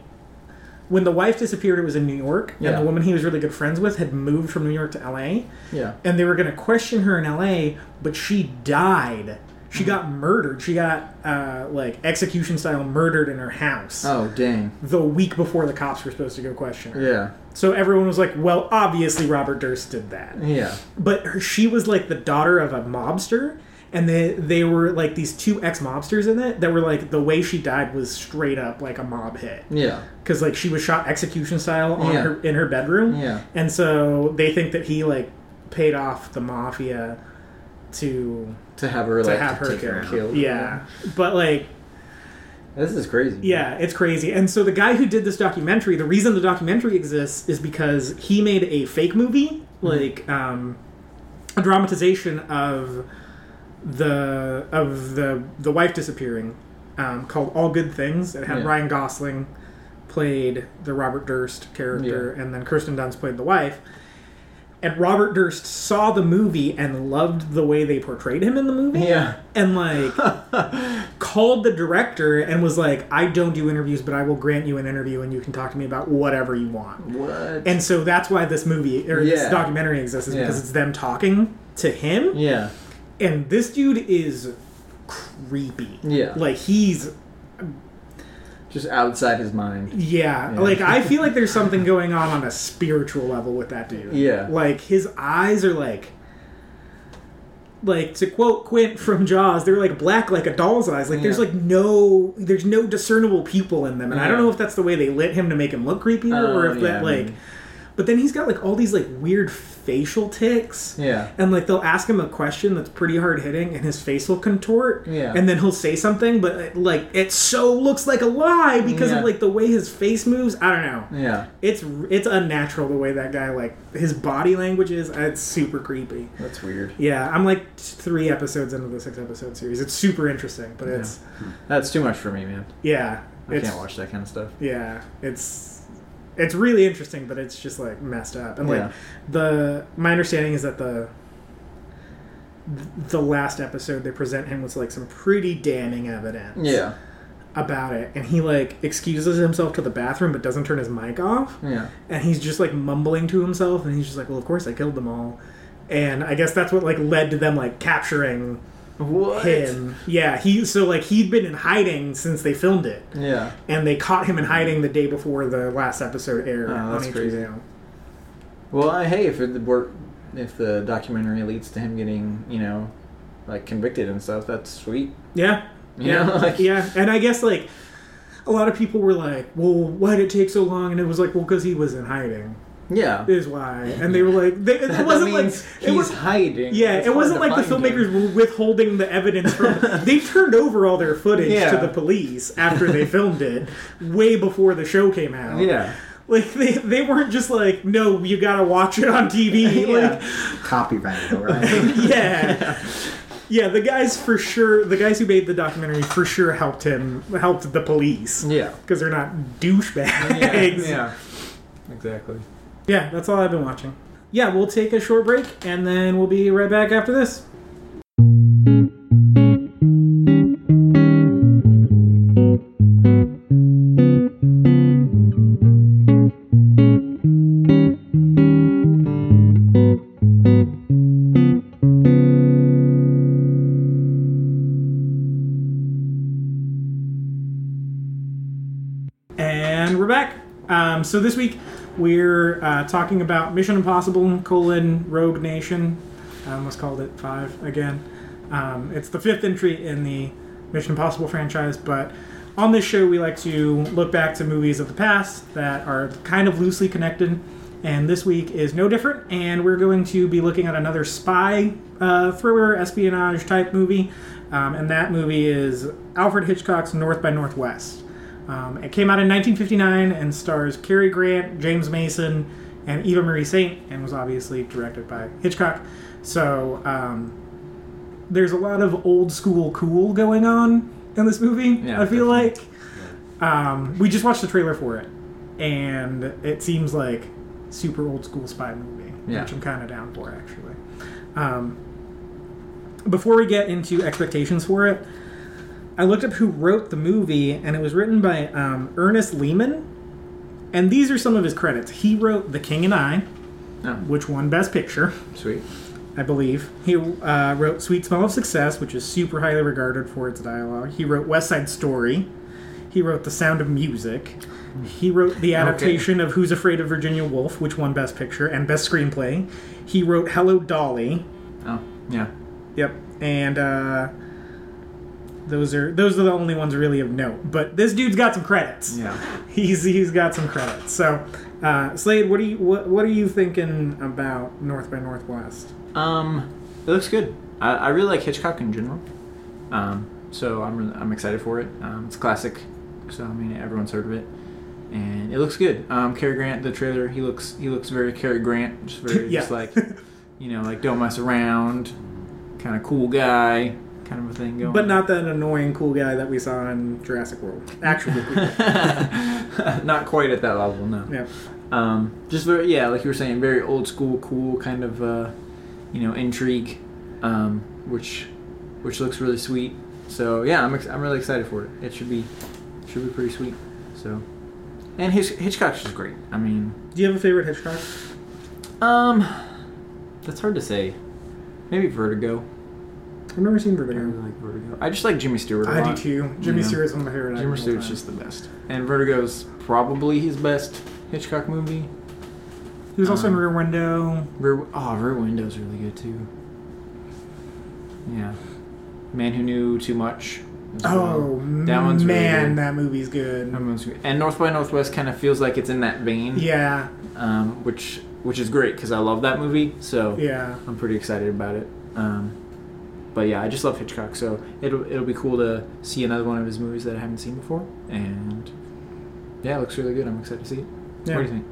Speaker 1: when the wife disappeared it was in New York and
Speaker 2: Yeah.
Speaker 1: the woman he was really good friends with had moved from New York to LA
Speaker 2: Yeah.
Speaker 1: and they were going to question her in LA but she died. She got murdered. She got uh, like execution style murdered in her house
Speaker 2: Oh dang.
Speaker 1: the week before the cops were supposed to go question her.
Speaker 2: Yeah.
Speaker 1: So everyone was like, well, obviously Robert Durst did that.
Speaker 2: Yeah.
Speaker 1: But her, she was like the daughter of a mobster, and they, they were like these two ex mobsters in it that were like, the way she died was straight up like a mob hit.
Speaker 2: Yeah.
Speaker 1: Because like she was shot execution style on
Speaker 2: Yeah.
Speaker 1: her in her bedroom.
Speaker 2: Yeah.
Speaker 1: And so they think that he like paid off the mafia to
Speaker 2: To have her
Speaker 1: to
Speaker 2: like
Speaker 1: have her
Speaker 3: take her
Speaker 1: killed.
Speaker 3: out.
Speaker 2: killed.
Speaker 1: Yeah. But like
Speaker 2: This is crazy.
Speaker 1: yeah, it's crazy. And so the guy who did this documentary, the reason the documentary exists is because he made a fake movie,
Speaker 2: Mm-hmm.
Speaker 1: like um, a dramatization of the of the the wife disappearing, um, called All Good Things. It had
Speaker 2: Yeah.
Speaker 1: Ryan Gosling played the Robert Durst character, and then Kirsten Dunst played the wife. And Robert Durst saw the movie and loved the way they portrayed him in the movie
Speaker 2: Yeah.
Speaker 1: and
Speaker 2: <laughs>
Speaker 1: like called the director and was like, I don't do interviews, but I will grant you an interview and you can talk to me about whatever you want.
Speaker 2: What?
Speaker 1: And so that's why this movie or this
Speaker 2: Yeah.
Speaker 1: documentary exists is
Speaker 2: Yeah.
Speaker 1: because it's them talking to him.
Speaker 2: yeah.
Speaker 1: And this dude is creepy.
Speaker 2: Yeah.
Speaker 1: Like he's
Speaker 2: Just outside his mind.
Speaker 1: yeah, like I feel like
Speaker 2: <laughs>
Speaker 1: there's something going on on a spiritual level with that dude.
Speaker 2: Yeah.
Speaker 1: Like his eyes are like like to quote Quint from Jaws, they're like black like a doll's eyes. Like there's
Speaker 2: Yeah.
Speaker 1: like no there's no discernible pupil in them. And I don't
Speaker 2: Yeah.
Speaker 1: know if that's the way they lit him to make him look creepy or
Speaker 2: Oh,
Speaker 1: if
Speaker 2: yeah,
Speaker 1: that like
Speaker 2: maybe.
Speaker 1: but then he's got like all these like weird facial ticks.
Speaker 2: Yeah.
Speaker 1: And like they'll ask him a question that's pretty hard hitting, and his face will contort.
Speaker 2: Yeah.
Speaker 1: And then he'll say something, but it, like it so looks like a lie because
Speaker 2: Yeah.
Speaker 1: of like the way his face moves. I don't know.
Speaker 2: Yeah.
Speaker 1: It's it's unnatural the way that guy like his body language is. It's super creepy.
Speaker 2: That's weird.
Speaker 1: Yeah, I'm like t- three episodes into the six episode series. It's super interesting, but it's
Speaker 2: That's too much for me, man.
Speaker 1: yeah,
Speaker 2: I
Speaker 1: it's
Speaker 2: can't watch that kind of stuff.
Speaker 1: yeah, it's it's really interesting, but it's just like messed up. And like
Speaker 2: Yeah.
Speaker 1: the my understanding is that the th- the last episode they present him with like some pretty damning evidence
Speaker 2: Yeah.
Speaker 1: about it and he like excuses himself to the bathroom but doesn't turn his mic off
Speaker 2: Yeah.
Speaker 1: and he's just like mumbling to himself and he's just like well of course i killed them all and i guess that's what like led to them like capturing
Speaker 2: What?
Speaker 1: him yeah he so like he'd been in hiding since they filmed it
Speaker 2: Yeah.
Speaker 1: and they caught him in hiding the day before the last episode aired
Speaker 2: Oh,
Speaker 1: on
Speaker 2: that's crazy.
Speaker 1: HBO.
Speaker 2: Well, I, hey, if it were, if the documentary leads to him getting, you know, like convicted and stuff, that's sweet.
Speaker 1: yeah
Speaker 2: You know, like-
Speaker 1: yeah and i guess like a lot of people were like well why did it take so long and it was like well because he was in hiding
Speaker 2: Yeah.
Speaker 1: is why and they were like they,
Speaker 2: <laughs>
Speaker 1: it
Speaker 2: That
Speaker 1: wasn't like
Speaker 2: means
Speaker 1: it
Speaker 2: he's
Speaker 1: was
Speaker 2: hiding.
Speaker 1: Yeah,
Speaker 2: It's
Speaker 1: it
Speaker 2: hard
Speaker 1: wasn't
Speaker 2: to
Speaker 1: like the
Speaker 2: find
Speaker 1: filmmakers
Speaker 2: him.
Speaker 1: were withholding the evidence
Speaker 2: <laughs>
Speaker 1: from. they turned over all their footage
Speaker 2: Yeah.
Speaker 1: to the police after they filmed it, way before the show came out.
Speaker 2: Yeah.
Speaker 1: Like they, they weren't just like, no, you gotta watch it on TV.
Speaker 2: <laughs> Yeah.
Speaker 3: Copyright, all
Speaker 2: <laughs>
Speaker 3: right?
Speaker 1: <laughs> Like, yeah, yeah. The guys for sure, the guys who made the documentary for sure helped him, helped the police <laughs>
Speaker 2: Yeah.
Speaker 1: because they're not douchebags.
Speaker 2: Yeah. yeah. Exactly.
Speaker 1: <laughs> Yeah, that's all I've been watching. Yeah, we'll take a short break and then we'll be right back after this. And we're back. Um, so this week we're uh, talking about Mission Impossible: colon, Rogue Nation. I almost called it five again. Um, it's the fifth entry in the Mission Impossible franchise, but on this show we like to look back to movies of the past that are kind of loosely connected. And this week is no different, and we're going to be looking at another spy uh, thriller espionage type movie, um, and that movie is Alfred Hitchcock's North by Northwest. Um, it came out in 1959 and stars Cary Grant, James Mason, and Eva Marie Saint, and was obviously directed by Hitchcock. So um, there's a lot of old school cool going on in this movie.
Speaker 2: Yeah,
Speaker 1: I feel like um, we just watched the trailer for it, and it seems like super old school spy movie,
Speaker 2: Yeah.
Speaker 1: which I'm kind of down for actually. Um, before we get into expectations for it, I looked up who wrote the movie, and it was written by um, Ernest Lehman. And these are some of his credits. He wrote The King and I,
Speaker 2: Oh,
Speaker 1: which won Best Picture,
Speaker 2: sweet.
Speaker 1: I believe. He uh, wrote Sweet Smell of Success, which is super highly regarded for its dialogue. He wrote West Side Story. He wrote The Sound of Music. He wrote the adaptation of Who's Afraid of Virginia Woolf, which won Best Picture and Best Screenplay. He wrote Hello Dolly,
Speaker 2: Oh, yeah.
Speaker 1: Yep. And uh, those are those are the only ones really of note. But this dude's got some credits.
Speaker 2: Yeah.
Speaker 1: <laughs> He's he's got some credits. So, uh, Slade, what are you what, what are you thinking about North by Northwest?
Speaker 2: Um, it looks good. I, I really like Hitchcock in general. Um, so I'm really, I'm excited for it. Um, it's classic, so I mean everyone's heard of it, and it looks good. Um, Cary Grant, the trailer, he looks he looks very Cary Grant, just very
Speaker 1: <laughs> Yeah.
Speaker 2: just like you know like don't mess around, kind of cool guy, kind of a thing going.
Speaker 1: But not that annoying cool guy that we saw in Jurassic World. Actually, cool.
Speaker 2: <laughs> not quite at that level, no.
Speaker 1: yeah.
Speaker 2: Um, just very, yeah, like you were saying, very old school, cool kind of, uh, you know, intrigue, um, which, which looks really sweet. So yeah, I'm, ex- I'm really excited for it. It should be, should be pretty sweet. So, and Hitch- Hitchcock's just great. I mean,
Speaker 1: Do you have a favorite Hitchcock?
Speaker 2: um, that's hard to say. Maybe Vertigo.
Speaker 1: I've never seen
Speaker 2: I
Speaker 1: Vertigo.
Speaker 2: really like Vertigo. I just like Jimmy Stewart. a
Speaker 1: I
Speaker 2: lot.
Speaker 1: do too. Jimmy
Speaker 2: Yeah.
Speaker 1: Stewart's one of my favorite. actors of
Speaker 2: Jimmy
Speaker 1: all
Speaker 2: Stewart's
Speaker 1: time.
Speaker 2: just the best. And Vertigo's probably his best Hitchcock movie.
Speaker 1: He was also in
Speaker 2: um,
Speaker 1: Rear Window.
Speaker 2: Rear, oh, Rear Window's really good too. Yeah, Man Who Knew Too Much. as
Speaker 1: Oh
Speaker 2: well. that one's really
Speaker 1: man,
Speaker 2: good.
Speaker 1: that movie's good.
Speaker 2: That one's good. and North by Northwest kind of feels like it's in that vein.
Speaker 1: yeah,
Speaker 2: Um, which which is great because I love that movie, so
Speaker 1: yeah.
Speaker 2: I'm pretty excited about it. Um, but yeah, I just love Hitchcock, so it'll it'll be cool to see another one of his movies that I haven't seen before, and yeah, it looks really good. I'm excited to see it.
Speaker 1: Yeah.
Speaker 2: What do you think?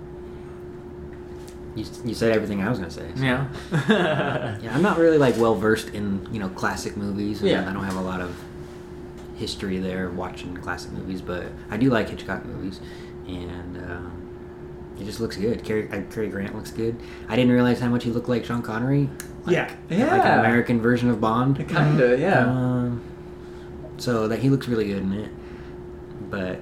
Speaker 3: you, you said everything I was going to say. so-
Speaker 2: Yeah. <laughs>
Speaker 3: Yeah, I'm not really like well versed in you know classic movies. And
Speaker 2: Yeah.
Speaker 3: I don't have a lot of history there watching classic movies, but I do like Hitchcock movies, and uh, yeah, It just looks good. Cary, uh, Cary Grant looks good. I didn't realize how much he looked like Sean Connery. Like,
Speaker 1: yeah.
Speaker 2: Yeah.
Speaker 3: Like an American version of Bond.
Speaker 2: Kinda, yeah.
Speaker 3: Um, so that he looks really good in it. But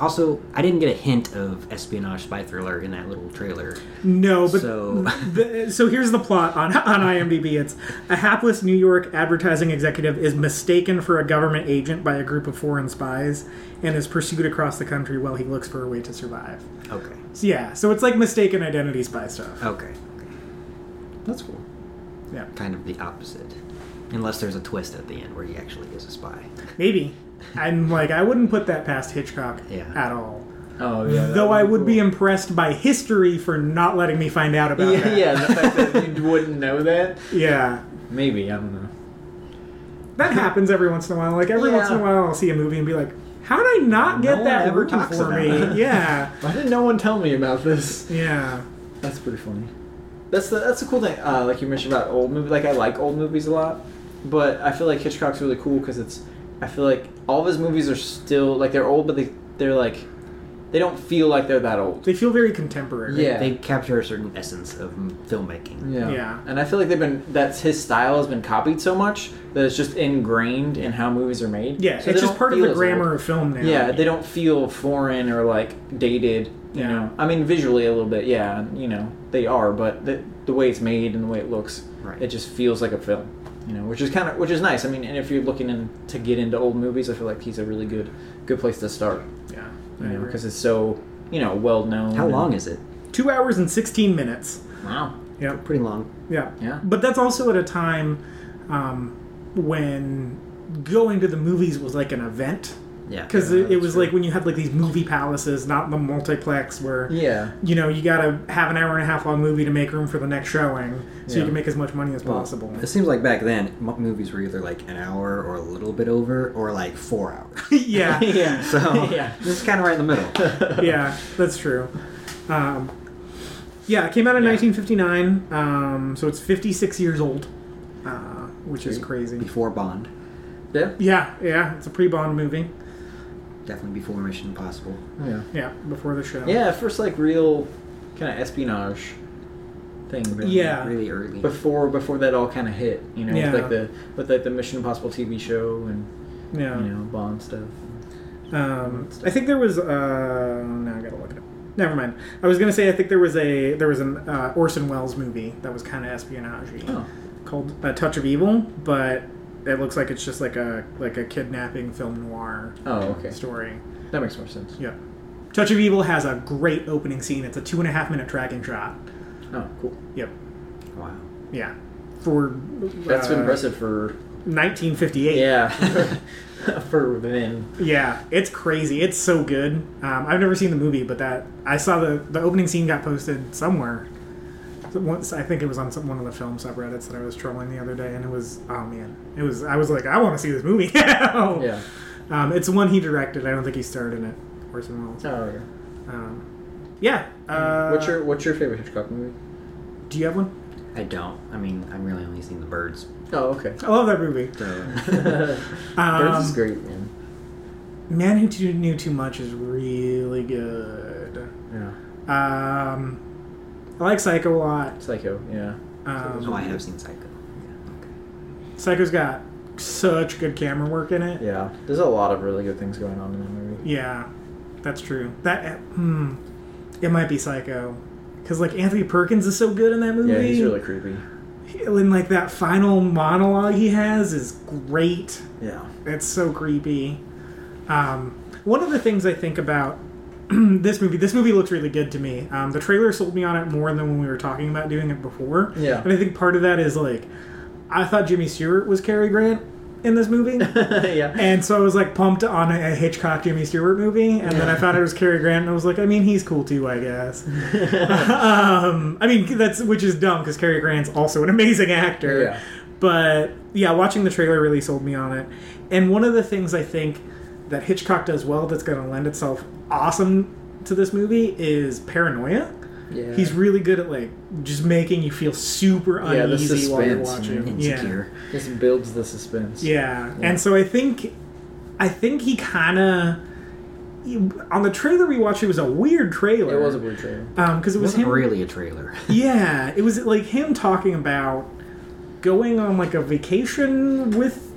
Speaker 3: also, I didn't get a hint of espionage spy thriller in that little trailer.
Speaker 1: No, but
Speaker 3: So-
Speaker 1: <laughs> the, so here's the plot on on IMDb. It's a hapless New York advertising executive is mistaken for a government agent by a group of foreign spies and is pursued across the country while he looks for a way to survive.
Speaker 3: Okay.
Speaker 1: So, yeah, so it's like mistaken identity spy stuff.
Speaker 2: Oh.
Speaker 3: Okay.
Speaker 2: That's cool.
Speaker 1: Yeah,
Speaker 3: Kind of the opposite. Unless there's a twist at the end where he actually is a spy.
Speaker 1: maybe. I'm like I wouldn't put that past Hitchcock
Speaker 3: Yeah.
Speaker 1: at all.
Speaker 2: Oh yeah. that
Speaker 1: Though I would be
Speaker 2: cool.
Speaker 1: impressed by history for not letting me find out about
Speaker 2: Yeah,
Speaker 1: that.
Speaker 2: <laughs> yeah, the fact that you wouldn't know that.
Speaker 1: <laughs> yeah.
Speaker 2: Maybe, I don't know.
Speaker 1: That happens every once in a while. Like every once in a
Speaker 2: Yeah.
Speaker 1: while, I'll see a movie and be like, "How did I not get
Speaker 3: one
Speaker 1: that
Speaker 3: ever
Speaker 1: written
Speaker 3: talks
Speaker 1: for
Speaker 3: about
Speaker 1: me?" <laughs>
Speaker 3: it.
Speaker 1: Yeah,
Speaker 2: <laughs> Why did no one tell me about this?
Speaker 1: yeah,
Speaker 2: That's pretty funny. That's the that's the cool thing. Uh, like you mentioned about old movies. Like I like old movies a lot, but I feel like Hitchcock's really cool because it's. I feel like all of his movies are still like they're old, but they they're like, they don't feel like they're that old.
Speaker 1: they feel very contemporary.
Speaker 2: Yeah.
Speaker 3: They capture a certain essence of m- filmmaking.
Speaker 2: Yeah.
Speaker 1: Yeah.
Speaker 2: And I feel like they've been that's his style has been copied so much that it's just ingrained in how movies are made.
Speaker 1: yeah.
Speaker 2: So they
Speaker 1: it's just
Speaker 2: don't
Speaker 1: part of
Speaker 2: feel
Speaker 1: the
Speaker 2: as
Speaker 1: grammar
Speaker 2: old.
Speaker 1: of film now.
Speaker 2: Yeah, they don't feel foreign or like dated. You
Speaker 1: Yeah.
Speaker 2: know, I mean, visually a little bit. Yeah, and, you know, they are, but the, the way it's made and the way it looks,
Speaker 3: Right.
Speaker 2: it just feels like a film. You know, which is kind of which is nice. I mean, and if you're looking in to get into old movies, I feel like he's a really good good place to start.
Speaker 1: yeah.
Speaker 2: You
Speaker 1: I
Speaker 2: know,
Speaker 1: agree.
Speaker 2: because it's so you know well known.
Speaker 3: How long
Speaker 2: Is-
Speaker 3: is it?
Speaker 1: Two hours and sixteen minutes.
Speaker 2: wow.
Speaker 1: Yep.
Speaker 3: Pretty long.
Speaker 1: Yeah.
Speaker 2: Yeah. <laughs>
Speaker 1: But that's also at a time um, when going to the movies was like an event
Speaker 3: Yeah. Uh,
Speaker 1: because
Speaker 2: Yeah,
Speaker 1: it, it
Speaker 2: that's
Speaker 1: was
Speaker 2: true.
Speaker 1: like when you had like these movie palaces, not the multiplex where.
Speaker 2: Yeah.
Speaker 1: You know, you gotta have an hour and a half long movie to make room for the next showing, so you
Speaker 2: Yeah.
Speaker 1: can make as much money as possible.
Speaker 3: It seems like back then m- movies were either like an hour or a little bit over or like four hours.
Speaker 1: <laughs>
Speaker 3: <laughs>
Speaker 1: yeah,
Speaker 2: <laughs>
Speaker 1: <laughs>
Speaker 2: yeah.
Speaker 3: So
Speaker 2: yeah.
Speaker 3: this is kind of right in the middle.
Speaker 1: yeah, that's true. Um, yeah, it came out in
Speaker 2: Yeah.
Speaker 1: 1959, um, so it's 56 years old, uh, which is
Speaker 2: Sweet.
Speaker 1: crazy.
Speaker 3: Before Bond,
Speaker 2: Yeah.
Speaker 1: Yeah, yeah, it's a pre-Bond movie.
Speaker 3: definitely before Mission Impossible.
Speaker 2: Yeah.
Speaker 1: Yeah, before the show.
Speaker 2: Yeah, first like real kind of espionage thing. really.
Speaker 1: Yeah.
Speaker 3: Really early.
Speaker 2: Before before that all kind of hit, you know,
Speaker 1: Yeah.
Speaker 2: with like the with like the Mission Impossible TV show and
Speaker 1: yeah.
Speaker 2: you know Bond stuff.
Speaker 1: Um, I think there was. Uh, now I gotta look it up. Never mind. I was gonna say I think there was a there was an uh, Orson Welles movie that was kind of espionage
Speaker 2: Oh,
Speaker 1: called A Touch of Evil, but it looks like it's just like a like a kidnapping film noir
Speaker 2: oh, okay,
Speaker 1: story.
Speaker 2: that makes more sense.
Speaker 1: Yeah. Touch of Evil has a great opening scene. It's a two and a half minute tracking shot.
Speaker 2: Oh, cool.
Speaker 1: Yep.
Speaker 3: Wow.
Speaker 1: Yeah. For
Speaker 2: That's
Speaker 1: uh,
Speaker 2: impressive for
Speaker 1: 1958. <laughs>
Speaker 2: yeah, <laughs> for then.
Speaker 1: Yeah, it's crazy. It's so good. Um, I've never seen the movie, but that I saw the the opening scene got posted somewhere. So Once I think it was on some, one of the film subreddits that I was trolling the other day, and it was oh man, it was I was like I want to see this movie. <laughs> yeah.
Speaker 2: Yeah.
Speaker 1: Um, it's one he directed. I don't think he starred in it. Orson Welles.
Speaker 2: Oh, okay.
Speaker 1: Um, yeah. Uh,
Speaker 2: what's your what's your favorite Hitchcock movie?
Speaker 1: Do you have one?
Speaker 3: I don't. I mean, I've really only seen The Birds.
Speaker 2: Oh,
Speaker 1: <laughs>
Speaker 2: okay.
Speaker 1: I love that movie.
Speaker 3: So <laughs> Oh,
Speaker 1: Um,
Speaker 2: Birds is great, man.
Speaker 1: Man Who Too- Knew Too Much is really good.
Speaker 2: Yeah.
Speaker 1: Um, I like Psycho a lot.
Speaker 2: Psycho. Yeah.
Speaker 1: Um,
Speaker 3: oh, I have seen Psycho.
Speaker 1: Psycho's got such good camera work in it.
Speaker 2: Yeah. There's a lot of really good things going on in that movie.
Speaker 1: Yeah, that's true. That hmm, it might be Psycho, because like Anthony Perkins is so good in that movie.
Speaker 2: Yeah, he's really creepy.
Speaker 1: and like that final monologue he has is great.
Speaker 2: Yeah.
Speaker 1: It's so creepy. Um, one of the things I think about <clears throat> this movie, this movie looks really good to me. Um, the trailer sold me on it more than when we were talking about doing it before.
Speaker 2: Yeah.
Speaker 1: and I think part of that is like, I thought Jimmy Stewart was Cary Grant in this
Speaker 2: <laughs>
Speaker 1: movie.
Speaker 2: <laughs> yeah.
Speaker 1: And <laughs> so I was like pumped on a a Hitchcock Jimmy Stewart movie, and then I found out it was Cary Grant, and I was like, I mean, he's cool too, I guess. <laughs> um, I mean, that's which is dumb because Cary Grant's also an amazing actor.
Speaker 2: Yeah.
Speaker 1: But yeah, watching the trailer really sold me on it. And one of the things I think that Hitchcock does well that's going to lend itself awesome to this movie is paranoia.
Speaker 2: Yeah.
Speaker 1: He's really good at like just making you feel super
Speaker 2: Yeah, the
Speaker 1: uneasy while you're
Speaker 2: suspense,
Speaker 1: watching.
Speaker 2: man.
Speaker 1: Yeah.
Speaker 3: Insecure.
Speaker 2: This builds the suspense.
Speaker 1: Yeah.
Speaker 2: Yeah.
Speaker 1: And so I think I think he kind of you- on the trailer we watched, it was a weird trailer.
Speaker 2: It was a
Speaker 1: <laughs>
Speaker 2: weird trailer.
Speaker 1: because it was
Speaker 3: wasn't
Speaker 1: him.
Speaker 3: really
Speaker 1: <laughs>
Speaker 3: a trailer.
Speaker 1: Yeah, it was like him talking about going on like a vacation with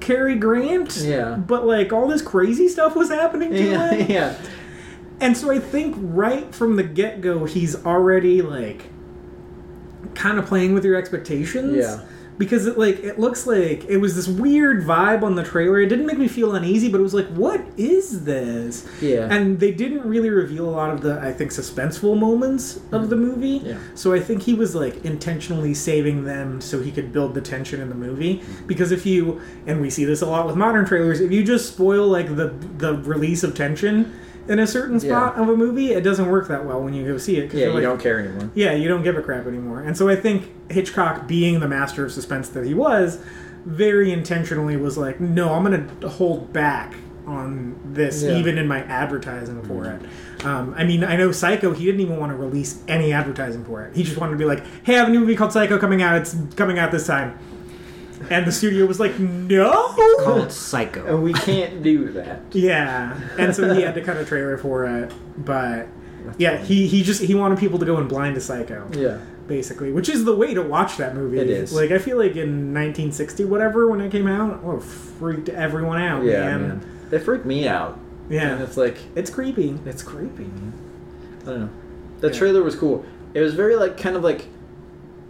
Speaker 1: Cary Grant.
Speaker 2: Yeah.
Speaker 1: But like all this crazy stuff was happening to
Speaker 2: <laughs> Yeah,
Speaker 1: him.
Speaker 2: yeah.
Speaker 1: And so I think right from the get go, he's already like kind of playing with your expectations.
Speaker 2: Yeah.
Speaker 1: Because it like it looks like it was this weird vibe on the trailer. It didn't make me feel uneasy, but it was like, what is this?
Speaker 2: Yeah.
Speaker 1: And they didn't really reveal a lot of the I think suspenseful moments of the movie.
Speaker 2: Yeah.
Speaker 1: So I think he was like intentionally saving them so he could build the tension in the movie.
Speaker 2: Mm-hmm.
Speaker 1: Because if you and we see this a lot with modern trailers, if you just spoil like the the release of tension in a certain spot
Speaker 2: Yeah.
Speaker 1: of a movie, it doesn't work that well when you go see it. 'cause
Speaker 2: Yeah,
Speaker 1: you're
Speaker 2: you
Speaker 1: like,
Speaker 2: don't care anymore.
Speaker 1: yeah, you don't give a crap anymore. And so I think Hitchcock, being the master of suspense that he was, very intentionally was like, no, I'm going to hold back on this,
Speaker 2: Yeah.
Speaker 1: even in my advertising for
Speaker 3: Mm-hmm.
Speaker 1: it. Um, I mean, I know Psycho, he didn't even want to release any advertising for it. He just wanted to be like, hey, I have a new movie called Psycho coming out. It's coming out this time. And the studio was like, no. <laughs>
Speaker 3: Called Psycho.
Speaker 2: And we can't do that.
Speaker 1: Yeah, and so he had to cut a trailer for it, but yeah, he he just he wanted people to go in blind to Psycho,
Speaker 2: Yeah.
Speaker 1: basically, which is the way to watch that movie.
Speaker 2: It is.
Speaker 1: Like I feel like in 1960 whatever when it came out, oh, freaked everyone out.
Speaker 2: Yeah,
Speaker 1: man.
Speaker 2: man. They freak me out. And
Speaker 1: Yeah,
Speaker 2: it's like,
Speaker 1: it's creepy.
Speaker 2: it's creepy, man. I don't know. The
Speaker 1: Yeah.
Speaker 2: trailer was cool. It was very, like, kind of like,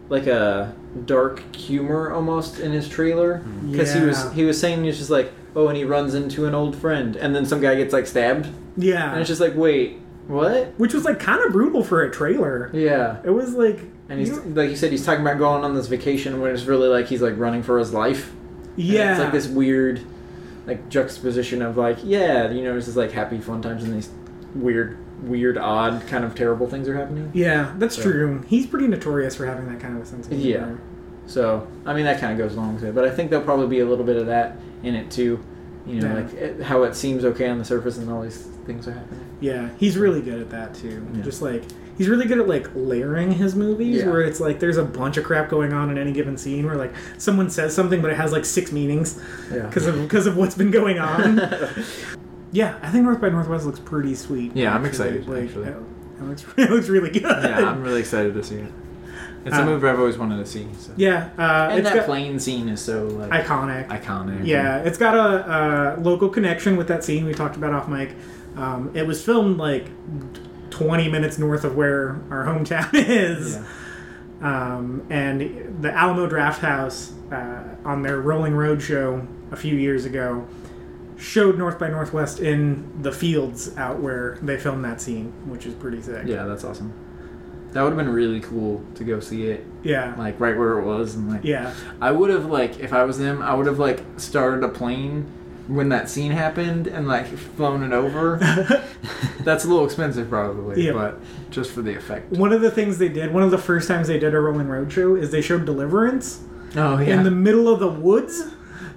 Speaker 2: like a dark humor almost in his trailer. Because
Speaker 1: Mm-hmm.
Speaker 2: he
Speaker 1: Yeah.
Speaker 2: was, he was saying, he was just like, oh, and he runs into an old friend. And then some guy gets, like, stabbed. And
Speaker 1: Yeah,
Speaker 2: it's just like, wait, what?
Speaker 1: which was like kind of brutal for a trailer.
Speaker 2: Yeah.
Speaker 1: It was like
Speaker 2: And he's,
Speaker 1: you don't-
Speaker 2: like you said, he's talking about going on this vacation when it's really like he's, like, running for his life. And
Speaker 1: yeah,
Speaker 2: it's like this weird, like juxtaposition of like, yeah, you know, it's just like happy fun times and these weird, weird, odd kind of terrible things are happening.
Speaker 1: yeah, that's
Speaker 2: Yeah.
Speaker 1: true. He's pretty notorious for having that kind of a sense of humor.
Speaker 2: Yeah. So, I mean, that kind of goes along with it, but I think there'll probably be a little bit of that in it too. You know,
Speaker 1: Yeah.
Speaker 2: like it, how it seems okay on the surface and all these things are happening.
Speaker 1: Yeah, he's really good at that too.
Speaker 2: Yeah.
Speaker 1: Just like he's really good at like layering his movies,
Speaker 2: Yeah.
Speaker 1: where it's like there's a bunch of crap going on in any given scene, where like someone says something but it has like six meanings
Speaker 2: Yeah.
Speaker 1: because of because of what's been going
Speaker 4: <laughs>
Speaker 1: on.
Speaker 2: <laughs>
Speaker 1: yeah, I think North by Northwest looks pretty sweet.
Speaker 4: Yeah, I'm excited, actually.
Speaker 1: it, it looks <laughs> it looks really good.
Speaker 4: Yeah, I'm really excited to see it. It's
Speaker 1: Uh,
Speaker 4: a movie I've always wanted to see. So.
Speaker 1: Yeah, uh,
Speaker 2: and
Speaker 1: it's
Speaker 2: that
Speaker 1: got
Speaker 2: plane scene is so like
Speaker 1: iconic.
Speaker 4: Iconic.
Speaker 1: Yeah, it's got a, a local connection with that scene we talked about off mic. Um, it was filmed like 20 minutes north of where our hometown <laughs> is.
Speaker 2: Yeah.
Speaker 1: Um, and the Alamo Draft House uh, on their Rolling Road show a few years ago showed North by Northwest in the fields out where they filmed that scene, which is pretty sick.
Speaker 4: Yeah, that's awesome. That would have been really cool to go see it,
Speaker 1: Yeah.
Speaker 4: like right where it was, and like
Speaker 1: yeah. <laughs>
Speaker 4: I would have like if I was them, I would have like started a plane when that scene happened and like flown it over.
Speaker 1: <laughs>
Speaker 4: That's a little expensive probably,
Speaker 1: Yeah.
Speaker 4: but just for the effect.
Speaker 1: One of the things they did, one of the first times they did a Rolling Road show, is they showed Deliverance.
Speaker 4: Oh yeah.
Speaker 1: in the middle of the woods,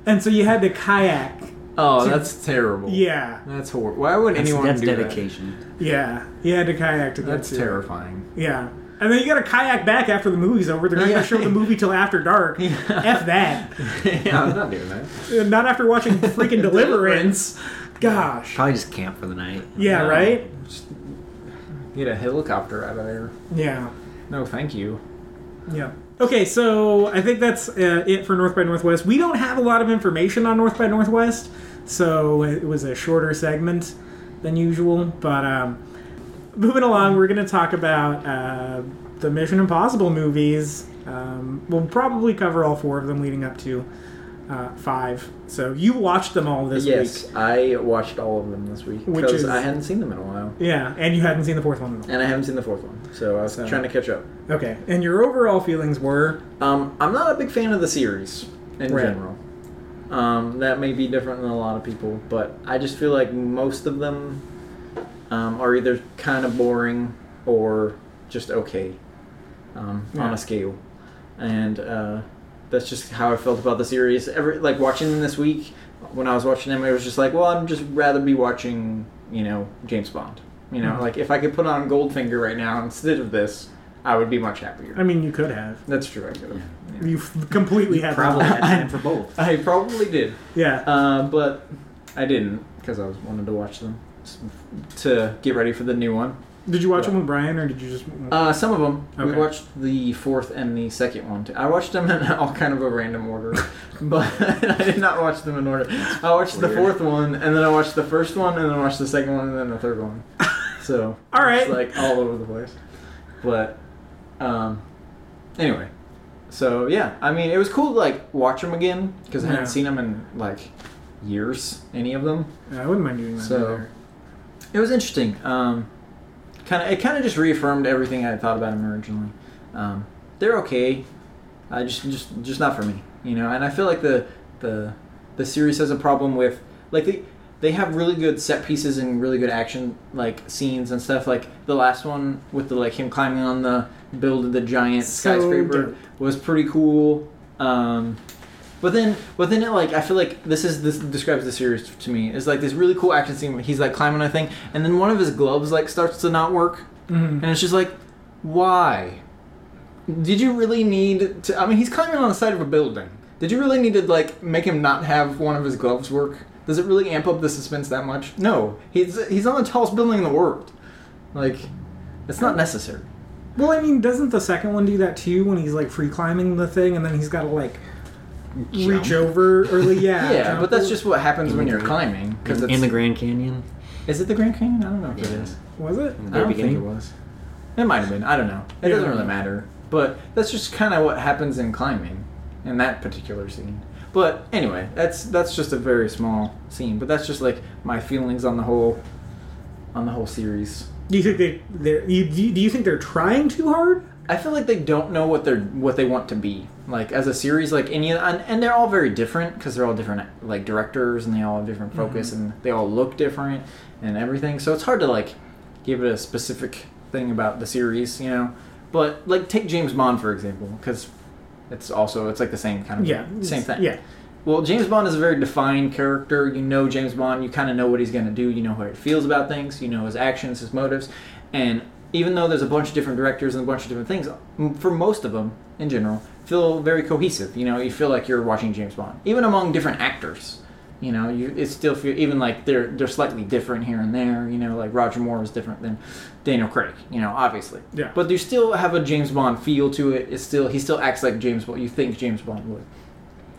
Speaker 1: and so you had to kayak.
Speaker 4: oh, that's terrible.
Speaker 1: Yeah,
Speaker 4: That's horrible. Why would
Speaker 3: That's,
Speaker 4: anyone
Speaker 3: that's
Speaker 4: do
Speaker 3: dedication.
Speaker 1: yeah, you had to kayak to
Speaker 4: that?
Speaker 1: get
Speaker 4: That's
Speaker 1: to it.
Speaker 4: terrifying.
Speaker 3: <laughs>
Speaker 1: Yeah, and then you got to kayak back after the movie's over. They're not
Speaker 4: Yeah.
Speaker 1: gonna show the movie till after
Speaker 4: <laughs>
Speaker 1: dark. F that.
Speaker 4: yeah, I'm not doing that.
Speaker 1: Not after watching
Speaker 4: <laughs>
Speaker 1: freaking Deliverance. Gosh.
Speaker 3: Probably just camp for the night.
Speaker 1: Yeah.
Speaker 4: No.
Speaker 1: Right.
Speaker 4: Just get a helicopter out of there.
Speaker 1: Yeah.
Speaker 4: No, thank you.
Speaker 1: Yeah. Okay, so I think that's uh, it for North by Northwest. We don't have a lot of information on North by Northwest, so it was a shorter segment than usual. But um, moving along, we're going to talk about uh, the Mission Impossible movies. Um, we'll probably cover all four of them leading up to uh, five. So you watched them all this
Speaker 2: yes,
Speaker 1: week.
Speaker 2: I watched all of them this week
Speaker 1: Which
Speaker 2: because
Speaker 1: is-
Speaker 2: I hadn't seen them in a while,
Speaker 1: Yeah, and you hadn't seen the fourth one at
Speaker 2: and I haven't seen the fourth one, so I was
Speaker 1: So-
Speaker 2: trying to catch up.
Speaker 1: all. Okay, and your overall feelings were
Speaker 2: Um, I'm not a big fan of the series in
Speaker 1: Right.
Speaker 2: general. Um, that may be different than a lot of people, but I just feel like most of them um, are either kind of boring or just okay um, on
Speaker 1: Yeah.
Speaker 2: a scale, and uh, that's just how I felt about the series. Every like watching them this week, when I was watching them, it was just like, well, I'm just rather be watching, you know, James Bond. You know,
Speaker 1: Mhm.
Speaker 2: like if I could put on Goldfinger right now instead of this, I would be much happier.
Speaker 1: I mean, you could have.
Speaker 2: That's true. I could have.
Speaker 1: You completely had
Speaker 3: Probably
Speaker 1: that.
Speaker 3: had
Speaker 1: <laughs>
Speaker 3: time for both.
Speaker 2: I probably did,
Speaker 1: Yeah.
Speaker 2: uh, but I didn't because I was wanted to watch them.
Speaker 4: s- to get ready for the new one.
Speaker 1: Did you watch
Speaker 4: Yeah.
Speaker 1: them with Brian, or did you just? <laughs>
Speaker 4: Uh, some of them. We
Speaker 1: Okay.
Speaker 4: watched the fourth and the second one. Too. I watched them in <laughs> all kind of a random order,
Speaker 1: <laughs>
Speaker 4: but <laughs> I did not watch them in order. I watched the
Speaker 2: Weird.
Speaker 4: fourth one, and then I watched the first one, and then I watched the second one, and then the third one. <laughs> So
Speaker 1: All
Speaker 4: it's
Speaker 1: right.
Speaker 4: like all over the place. But um, anyway, so yeah, I mean, it was cool to like watch them again because I
Speaker 1: Yeah.
Speaker 4: hadn't seen them in like years, any of them.
Speaker 1: I wouldn't mind doing that.
Speaker 4: So-
Speaker 1: either.
Speaker 4: It was interesting. Um, kind of, it kind of just reaffirmed everything I had thought about them originally. Um, they're okay. I just, just, just not for me, you know. And I feel like the the the series has a problem with like they they have really good set pieces and really good action like scenes and stuff. Like the last one with the like him climbing on the build of the giant
Speaker 1: So
Speaker 4: skyscraper
Speaker 1: dope.
Speaker 4: was pretty cool. Um, but then, but then it like I feel like this is this describes the series to me. It's like this really cool action scene where he's like climbing a thing, and then one of his gloves like starts to not work,
Speaker 1: Mhm.
Speaker 4: and it's just like, why? Did you really need to? I mean, he's climbing on the side of a building. Did you really need to like make him not have one of his gloves work? Does it really amp up the suspense that much? No, he's he's on the tallest building in the world. Like, it's not necessary.
Speaker 1: Well, I mean, doesn't the second one do that too when he's like free climbing the thing and then he's got to like reach over or
Speaker 4: <laughs>
Speaker 1: like, yeah.
Speaker 4: Yeah, but
Speaker 1: jump
Speaker 4: that's
Speaker 1: o-
Speaker 4: just what happens
Speaker 3: In
Speaker 4: when
Speaker 3: the
Speaker 4: you're
Speaker 3: Grand-
Speaker 4: climbing. Because
Speaker 3: in the Grand Canyon.
Speaker 4: is it the Grand Canyon? I don't know if it
Speaker 3: Yeah.
Speaker 4: is.
Speaker 1: was it?
Speaker 3: In the
Speaker 4: I
Speaker 3: very
Speaker 4: don't
Speaker 3: beginning.
Speaker 4: think it was. It might have been. I don't know. It
Speaker 1: Yeah.
Speaker 4: doesn't really matter. But that's just kind of what happens in climbing, in that particular scene. But anyway, that's that's just a very small scene. But that's just like my feelings on the whole, on the whole series.
Speaker 1: Do you think they they're you, do you do you think they're trying too hard?
Speaker 4: I feel like they don't know what they're what they want to be like as a series. Like any and, and they're all very different because they're all different like directors and they all have different
Speaker 1: Mm-hmm.
Speaker 4: focus and they all look different and everything. So it's hard to like give it a specific thing about the series, you know. But like take James Bond for example, because it's also it's like the same kind of
Speaker 1: Yeah,
Speaker 4: same thing.
Speaker 1: Yeah,
Speaker 4: Well, James Bond is a very defined character. You know James Bond. You kind of know what he's going to do. You know how he feels about things. You know his actions, his motives. And even though there's a bunch of different directors and a bunch of different things, m- for most of them, in general, feel very cohesive. You know, you feel like you're watching James Bond, even among different actors. You know, you it's still feel, even like they're they're slightly different here and there. You know, like Roger Moore is different than Daniel Craig. You know, obviously.
Speaker 1: Yeah.
Speaker 4: But you still have a James Bond feel to it. It's still he still acts like James Bond. You think James Bond would.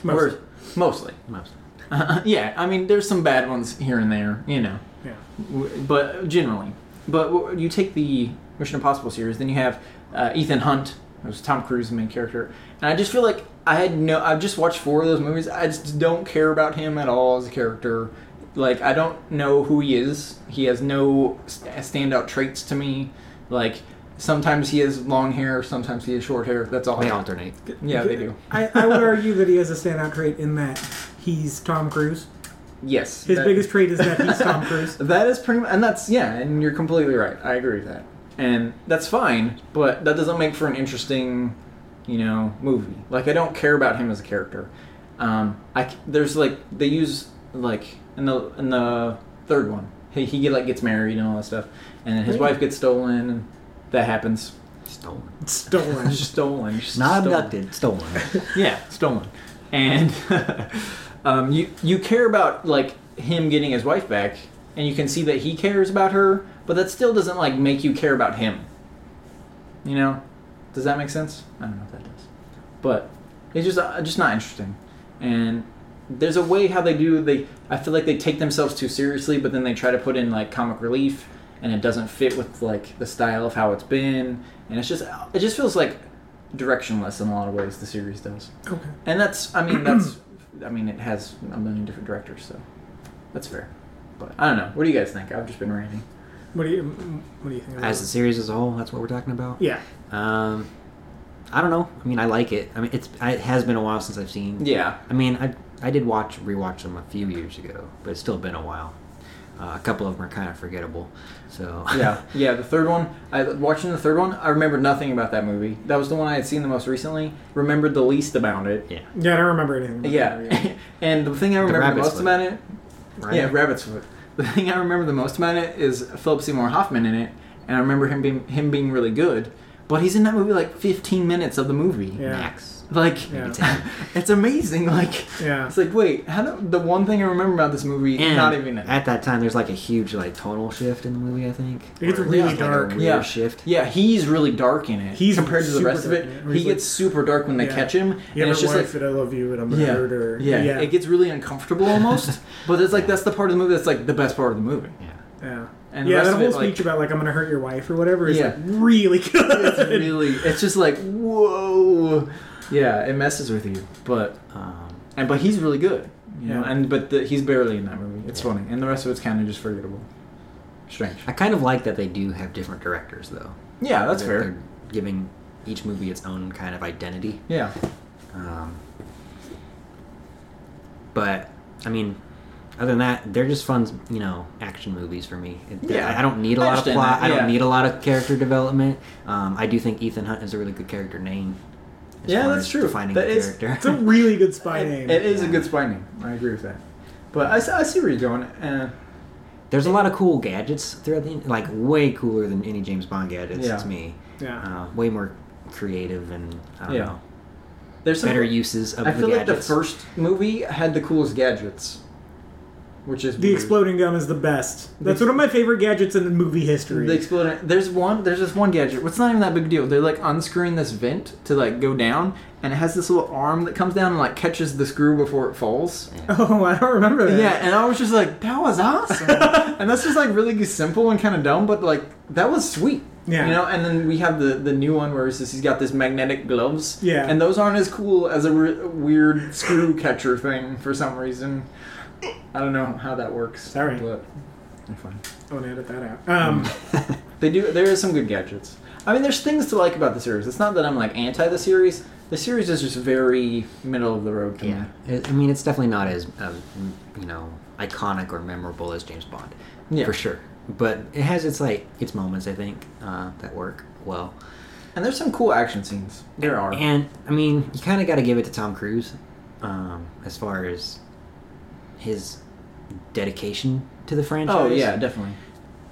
Speaker 1: Mostly.
Speaker 4: Whereas- mostly. <laughs>
Speaker 3: Most.
Speaker 4: Uh, yeah, I mean, there's some bad ones here and there, you know,
Speaker 1: yeah.
Speaker 4: w- but generally. But w- you take the Mission Impossible series, then you have uh, Ethan Hunt, who's Tom Cruise, the main character, and I just feel like I had no. I've just watched four of those movies. I just don't care about him at all as a character. Like I don't know who he is. He has no st- standout traits to me. Like sometimes he has long hair, sometimes he has short hair. That's all.
Speaker 3: They alternate.
Speaker 4: Yeah, they do.
Speaker 1: I, I would argue that he has a standout trait in that he's Tom Cruise.
Speaker 4: Yes.
Speaker 1: His
Speaker 4: that-
Speaker 1: biggest trait is that he's Tom Cruise.
Speaker 4: <laughs> That is pretty, mu- and that's yeah, and you're completely right. I agree with that, and that's fine. But that doesn't make for an interesting, you know, movie. Like I don't care about him as a character. Um, I c- there's like they use like in the in the third one, he he like gets married and all that stuff, and then his
Speaker 1: Really?
Speaker 4: wife gets stolen. and That happens. <laughs>
Speaker 3: Stolen. <laughs>
Speaker 1: Stolen.
Speaker 4: Just stolen. Just
Speaker 3: Not
Speaker 4: stolen.
Speaker 3: abducted. Stolen.
Speaker 1: <laughs>
Speaker 4: Yeah, stolen. And <laughs> um, you you care about like him getting his wife back, and you can see that he cares about her, but that still doesn't like make you care about him. You know, does that make sense? I don't know if that does, but it's just uh, just not interesting. And there's a way how they do they. I feel like they take themselves too seriously, but then they try to put in like comic relief, and it doesn't fit with like the style of how it's been, and it's just it just feels like directionless in a lot of ways. The series does.
Speaker 1: Okay.
Speaker 4: And that's, I mean, that's, I mean, it has a million different directors, so that's fair. But I don't know. What do you guys think? I've just been ranting.
Speaker 1: What do you What do you think?
Speaker 3: As the series as a whole, that's what we're talking about.
Speaker 1: yeah.
Speaker 3: Um, I don't know. I mean, I like it. I mean, it's it has been a while since I've seen.
Speaker 4: Yeah.
Speaker 3: I mean, I I did watch rewatch them a few years ago, but it's still been a while. Uh, a couple of them are kind of forgettable. So
Speaker 4: Yeah. Yeah. The third one, I watching the third one, I remembered nothing about that movie. That was the one I had seen the most recently, remembered the least about it.
Speaker 3: <laughs> yeah.
Speaker 1: Yeah, I don't remember anything. about that,
Speaker 4: Yeah. <laughs> and the thing I remember the,
Speaker 3: rabbit's
Speaker 4: most
Speaker 3: foot.
Speaker 4: about it,
Speaker 3: Right?
Speaker 4: yeah, Rabbit's Foot. The thing I remember the most about it is Philip Seymour Hoffman in it, and I remember him being, him being really good. But he's in that movie like 15 minutes of the movie.
Speaker 1: Yeah.
Speaker 3: Max.
Speaker 4: Like,
Speaker 1: Yeah.
Speaker 4: <laughs> it's amazing. Like,
Speaker 1: Yeah.
Speaker 4: it's like, wait, how do, the one thing I remember about this movie,
Speaker 3: And
Speaker 4: not even in it.
Speaker 3: at that time, there's like a huge like tonal shift in the movie. I think
Speaker 1: It gets
Speaker 3: Or,
Speaker 1: really
Speaker 3: like, a
Speaker 1: dark.
Speaker 3: weird
Speaker 4: Yeah.
Speaker 3: shift.
Speaker 4: Yeah, he's really dark in it.
Speaker 1: He's
Speaker 4: compared to the
Speaker 1: super
Speaker 4: rest of
Speaker 1: dark
Speaker 4: it.
Speaker 1: in it,
Speaker 4: He
Speaker 1: where he's like-
Speaker 4: gets super dark when they
Speaker 1: Yeah.
Speaker 4: catch him,
Speaker 1: You
Speaker 4: and
Speaker 1: have
Speaker 4: it's
Speaker 1: a
Speaker 4: just
Speaker 1: wife
Speaker 4: like
Speaker 1: that I love you and I'm
Speaker 4: yeah,
Speaker 1: murdered or
Speaker 4: yeah,
Speaker 1: yeah,
Speaker 4: It gets really
Speaker 1: <laughs>
Speaker 4: uncomfortable almost, but it's like that's the part of the movie that's like the best part of the movie.
Speaker 3: Yeah.
Speaker 1: yeah.
Speaker 4: And the
Speaker 1: yeah,
Speaker 4: rest
Speaker 1: that
Speaker 4: of it,
Speaker 1: whole
Speaker 4: like-
Speaker 1: speech about like I'm gonna hurt your wife or whatever is
Speaker 4: Yeah.
Speaker 1: like really <laughs> good.
Speaker 4: It's really, it's just like whoa. Yeah, it messes with you, but
Speaker 3: Um,
Speaker 4: and but he's really good. You know,
Speaker 1: Yeah.
Speaker 4: and but the, he's barely in that movie. It's funny, and the rest of it's kind of just forgettable. Strange.
Speaker 3: I kind of like that they do have different directors though.
Speaker 4: Yeah, that's
Speaker 3: That
Speaker 4: fair.
Speaker 3: They're giving each movie its own kind of identity.
Speaker 4: Yeah,
Speaker 3: Um, but I mean, other than that, they're just fun, you know, action movies for me. It-
Speaker 4: Yeah.
Speaker 3: I don't need a
Speaker 4: I
Speaker 3: lot of
Speaker 4: understand
Speaker 3: plot.
Speaker 4: that,
Speaker 3: I don't
Speaker 4: yeah.
Speaker 3: need a lot of character development. Um, I do think Ethan Hunt is a really good character name. as
Speaker 4: Yeah,
Speaker 3: far
Speaker 4: that's
Speaker 3: as
Speaker 4: true.
Speaker 3: Defining
Speaker 4: That
Speaker 3: the
Speaker 4: is-
Speaker 3: character.
Speaker 1: it's
Speaker 3: <laughs>
Speaker 1: a really
Speaker 4: <laughs>
Speaker 1: good spy
Speaker 4: It-
Speaker 1: name.
Speaker 4: it is a
Speaker 3: Yeah.
Speaker 4: good spy name. I agree with that. But I, s- I see where you're going. Uh,
Speaker 3: There's a lot of cool gadgets throughout the like way cooler than any James Bond gadgets
Speaker 4: Yeah.
Speaker 3: to me.
Speaker 1: yeah.
Speaker 3: Uh, way more creative and I don't
Speaker 4: Yeah.
Speaker 3: know
Speaker 4: there's some
Speaker 3: better uses of
Speaker 4: I
Speaker 3: the
Speaker 4: feel like the
Speaker 3: gadgets.
Speaker 4: first movie had the coolest gadgets, which is
Speaker 1: The
Speaker 4: weird.
Speaker 1: exploding gun is the best. That's one of my favorite gadgets in movie history.
Speaker 4: The exploding. There's one. There's this one gadget. What's not even that big a deal. They're like unscrewing this vent to like go down, and it has this little arm that comes down and like catches the screw before it falls.
Speaker 1: <laughs> oh, I don't remember that.
Speaker 4: Yeah, and I was just like, that was awesome. and that's just like really simple and kind of dumb, but like that was sweet.
Speaker 1: Yeah.
Speaker 4: You know, and then we have the the new one where it's just, he's got this magnetic gloves.
Speaker 1: Yeah.
Speaker 4: And those aren't as cool as a re- weird screw catcher thing for some reason. I don't know how that works.
Speaker 1: Sorry.
Speaker 4: But they're fine.
Speaker 1: I'm gonna edit that out. Um,
Speaker 4: Mm.
Speaker 3: <laughs>
Speaker 4: They do. There is some good gadgets. I mean, there's things to like about the series. It's not that I'm like anti the series. The series is just very middle of the road to me.
Speaker 3: Yeah, it, I mean, it's definitely not as um, you know iconic or memorable as James Bond,
Speaker 4: Yeah.
Speaker 3: for sure. But it has its like its moments, I think, uh, that work well.
Speaker 4: And there's some cool action scenes. There are.
Speaker 3: And I mean, you kind of got to give it to Tom Cruise, um, as far as his dedication to the franchise.
Speaker 4: oh yeah, definitely.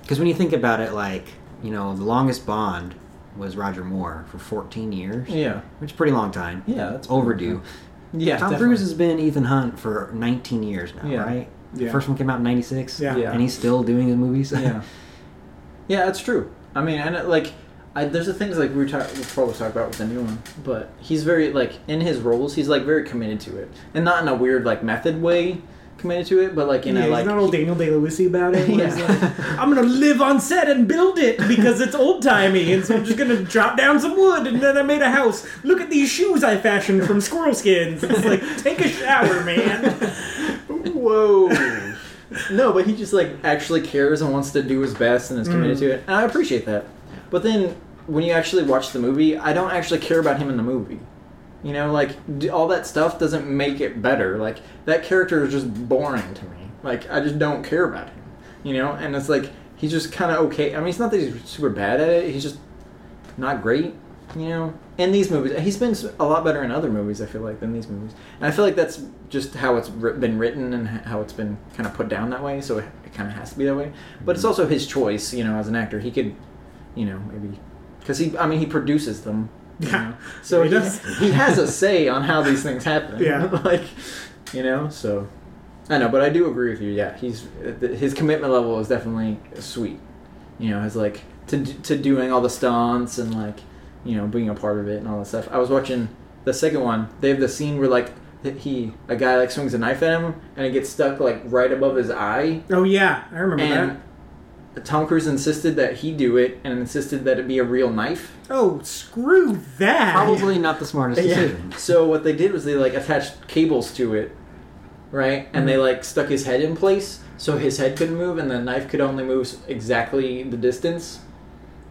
Speaker 3: because when you think about it, like you know, the longest Bond was Roger Moore for 14 years,
Speaker 4: Yeah.
Speaker 3: which is a pretty long time.
Speaker 4: Yeah, that's
Speaker 3: overdue.
Speaker 4: Yeah.
Speaker 3: Tom
Speaker 4: definitely.
Speaker 3: Cruise has been Ethan Hunt for 19 years now,
Speaker 4: Yeah.
Speaker 3: right?
Speaker 1: Yeah.
Speaker 3: The first one came out in 96.
Speaker 1: Yeah.
Speaker 4: Yeah.
Speaker 3: And he's still doing the movies.
Speaker 4: yeah. Yeah, that's true. I mean, and it, like, I, there's the things like we were talk- we'll probably talk about with the new one, but he's very like in his roles, he's like very committed to it, and not in a weird like method way committed to it, but like in
Speaker 1: yeah,
Speaker 4: a
Speaker 1: he's
Speaker 4: like
Speaker 1: not old Daniel Day Lewisy about it. where he's
Speaker 4: <laughs> Yeah.
Speaker 1: like, I'm gonna live on set and build it because it's old timey, and so I'm just gonna drop down some wood, and then I made a house. Look at these shoes I fashioned from squirrel skins. It's like, take a shower, man.
Speaker 4: Whoa. <laughs> no, but he just like actually cares and wants to do his best and is committed to it. And I appreciate that. But then when you actually watch the movie, I don't actually care about him in the movie. You know, like d- all that stuff doesn't make it better. Like that character is just boring to me. Like I just don't care about him. You know, and it's like he's just kind of okay. I mean, it's not that he's super bad at it. He's just not great, you know. In these movies, he's been a lot better in other movies. I feel like than these movies, and I feel like that's just how it's wri- been written and h- how it's been kind of put down that way. So it, it kind of has to be that way. But
Speaker 1: Mhm.
Speaker 4: it's also his choice, you know, as an actor. He could, you know, maybe because he. I mean, he produces them. you
Speaker 1: Yeah.
Speaker 4: know.
Speaker 1: <laughs>
Speaker 4: So
Speaker 1: He
Speaker 4: he,
Speaker 1: does.
Speaker 4: he has a say on how these things happen.
Speaker 1: Yeah.
Speaker 4: <laughs> like, you know. So I know, but I do agree with you. Yeah, he's uh, his commitment level is definitely sweet you know, as like to to doing all the stunts and like you know being a part of it and all that stuff. I was watching the second one. They have the scene where like that he a guy like swings a knife at him and it gets stuck like right above his eye
Speaker 1: Oh yeah, I remember
Speaker 4: and. Tom Cruise insisted that he do it and insisted that it be a real knife.
Speaker 1: that. Oh, screw that.
Speaker 3: <laughs> Probably not the smartest decision.
Speaker 4: So what they did was they like attached cables to it, right? And
Speaker 3: Mm-hmm.
Speaker 4: they like stuck his head in place so his head couldn't move and the knife could only move s- exactly the distance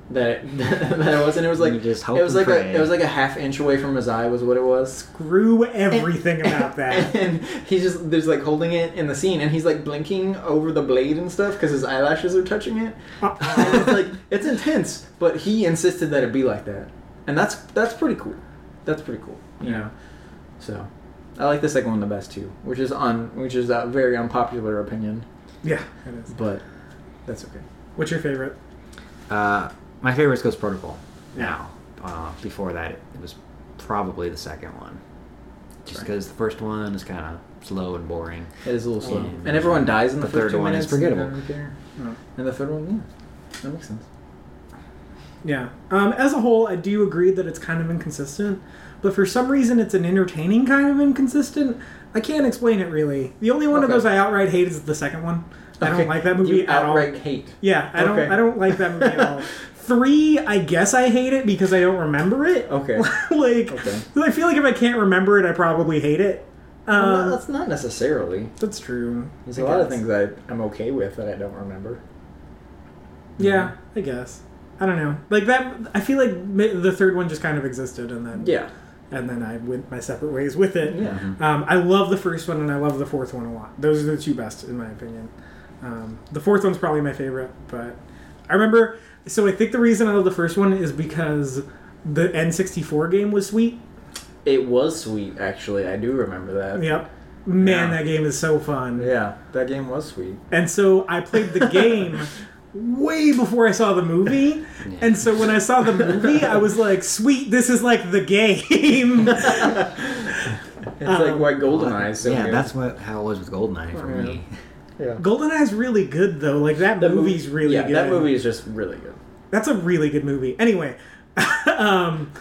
Speaker 4: that it, <laughs> that it was. And it was like
Speaker 3: You just hope
Speaker 4: it was
Speaker 3: and
Speaker 4: like
Speaker 3: pray.
Speaker 4: a it was like a half inch away from his eye was what it was.
Speaker 1: Screw
Speaker 4: <laughs>
Speaker 1: everything about that.
Speaker 4: And he's just there's like holding it in the scene, and he's like blinking over the blade and stuff because his eyelashes are touching it. And Um, it's like it's intense, but he insisted that it be like that, and that's that's pretty cool. That's pretty cool, you know. So, I like the second one the best too, which is on which is a very unpopular opinion,
Speaker 1: yeah, it is.
Speaker 4: but that's okay.
Speaker 1: What's your favorite?
Speaker 3: Uh, my favorite is Ghost Protocol.
Speaker 1: Yeah.
Speaker 3: Now, Uh, before that, it, it was probably the second one. Just because the first one is kind of slow and boring.
Speaker 4: It is a little slow.
Speaker 3: Yeah.
Speaker 4: and everyone dies in the,
Speaker 3: The
Speaker 4: first
Speaker 3: third
Speaker 4: two
Speaker 3: one
Speaker 4: minutes,
Speaker 3: is forgettable.
Speaker 4: And, then-
Speaker 1: Oh.
Speaker 4: and the third one, yeah, that makes sense.
Speaker 1: Yeah. Um, as a whole, I do agree that it's kind of inconsistent, but for some reason, it's an entertaining kind of inconsistent. I can't explain it really. The only one of
Speaker 4: Okay.
Speaker 1: those I outright hate is the second one. I
Speaker 4: Okay.
Speaker 1: don't like that movie
Speaker 4: You
Speaker 1: at all.
Speaker 4: outright hate.
Speaker 1: Yeah, I don't.
Speaker 4: Okay.
Speaker 1: I don't like that movie at
Speaker 4: <laughs>
Speaker 1: all. Three, I guess I hate it because I don't remember it.
Speaker 4: Okay.
Speaker 1: <laughs> like,
Speaker 4: Okay.
Speaker 1: I feel like if I can't remember it, I probably hate it. Um,
Speaker 4: well, that's not necessarily.
Speaker 1: that's true.
Speaker 4: There's
Speaker 1: I
Speaker 4: a lot of
Speaker 1: guess.
Speaker 4: things that I'm okay with that I don't remember.
Speaker 1: Yeah, I guess. I don't know. Like that. I feel like mi- the third one just kind of existed, and then
Speaker 4: Yeah.
Speaker 1: and then I went my separate ways with it.
Speaker 4: Yeah.
Speaker 1: Um, I love the first one and I love the fourth one a lot. Those are the two best in my opinion. Um, the fourth one's probably my favorite, but I remember. So I think the reason I love the first one is because the N64 game was sweet.
Speaker 4: It was sweet, actually. I do remember that.
Speaker 1: Yep. Man,
Speaker 4: Yeah.
Speaker 1: that game is so fun.
Speaker 4: Yeah, that game was
Speaker 1: <laughs>
Speaker 4: sweet.
Speaker 1: And so I played the
Speaker 4: <laughs>
Speaker 1: game way before I saw the movie. And so when I saw the movie, I was like, sweet, this is like the
Speaker 4: <laughs>
Speaker 1: game.
Speaker 4: It's
Speaker 1: Um,
Speaker 4: like why Goldeneye. So
Speaker 3: Uh, yeah,
Speaker 4: good.
Speaker 3: that's what how it was with Goldeneye for me.
Speaker 4: yeah.
Speaker 1: GoldenEye's really good, though. Like, that
Speaker 4: That movie-
Speaker 1: movie's really
Speaker 4: yeah,
Speaker 1: good.
Speaker 4: that movie is just really good.
Speaker 1: That's a really good movie. Anyway, <laughs> um,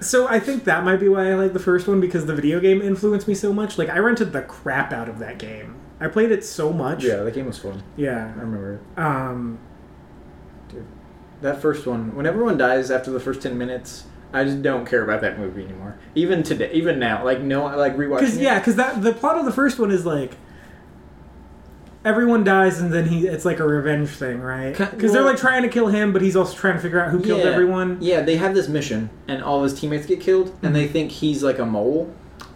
Speaker 1: so I think that might be why I like the first one because the video game influenced me so much. Like I rented the crap out of that game. I played it so much.
Speaker 4: Yeah, that game was fun. I
Speaker 1: Yeah.
Speaker 4: remember it.
Speaker 1: Um,
Speaker 4: That first one, when everyone dies after the first ten minutes, I just don't care about that movie anymore. Even today, even now, like no, like rewatching.
Speaker 1: because
Speaker 4: it,
Speaker 1: yeah, because that the plot of the first one is like everyone dies and then he it's like a revenge thing, right?
Speaker 4: Ki-
Speaker 1: Because they're
Speaker 4: well-
Speaker 1: like trying to kill him, but he's also trying to figure out who killed
Speaker 4: Yeah.
Speaker 1: everyone. Mhm.
Speaker 4: Yeah, they have this mission, and all his teammates get killed, and they think he's like a mole,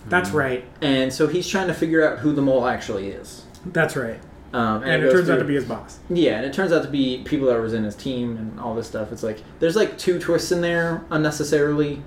Speaker 1: That's right.
Speaker 4: and so he's trying to figure out who the mole actually is.
Speaker 1: That's right.
Speaker 4: Um,
Speaker 1: And, it
Speaker 4: goes
Speaker 1: turns out
Speaker 4: through-
Speaker 1: to be his boss.
Speaker 4: Yeah, and it turns out to be people that was in his team and all this stuff. It's like there's like two twists in there unnecessarily,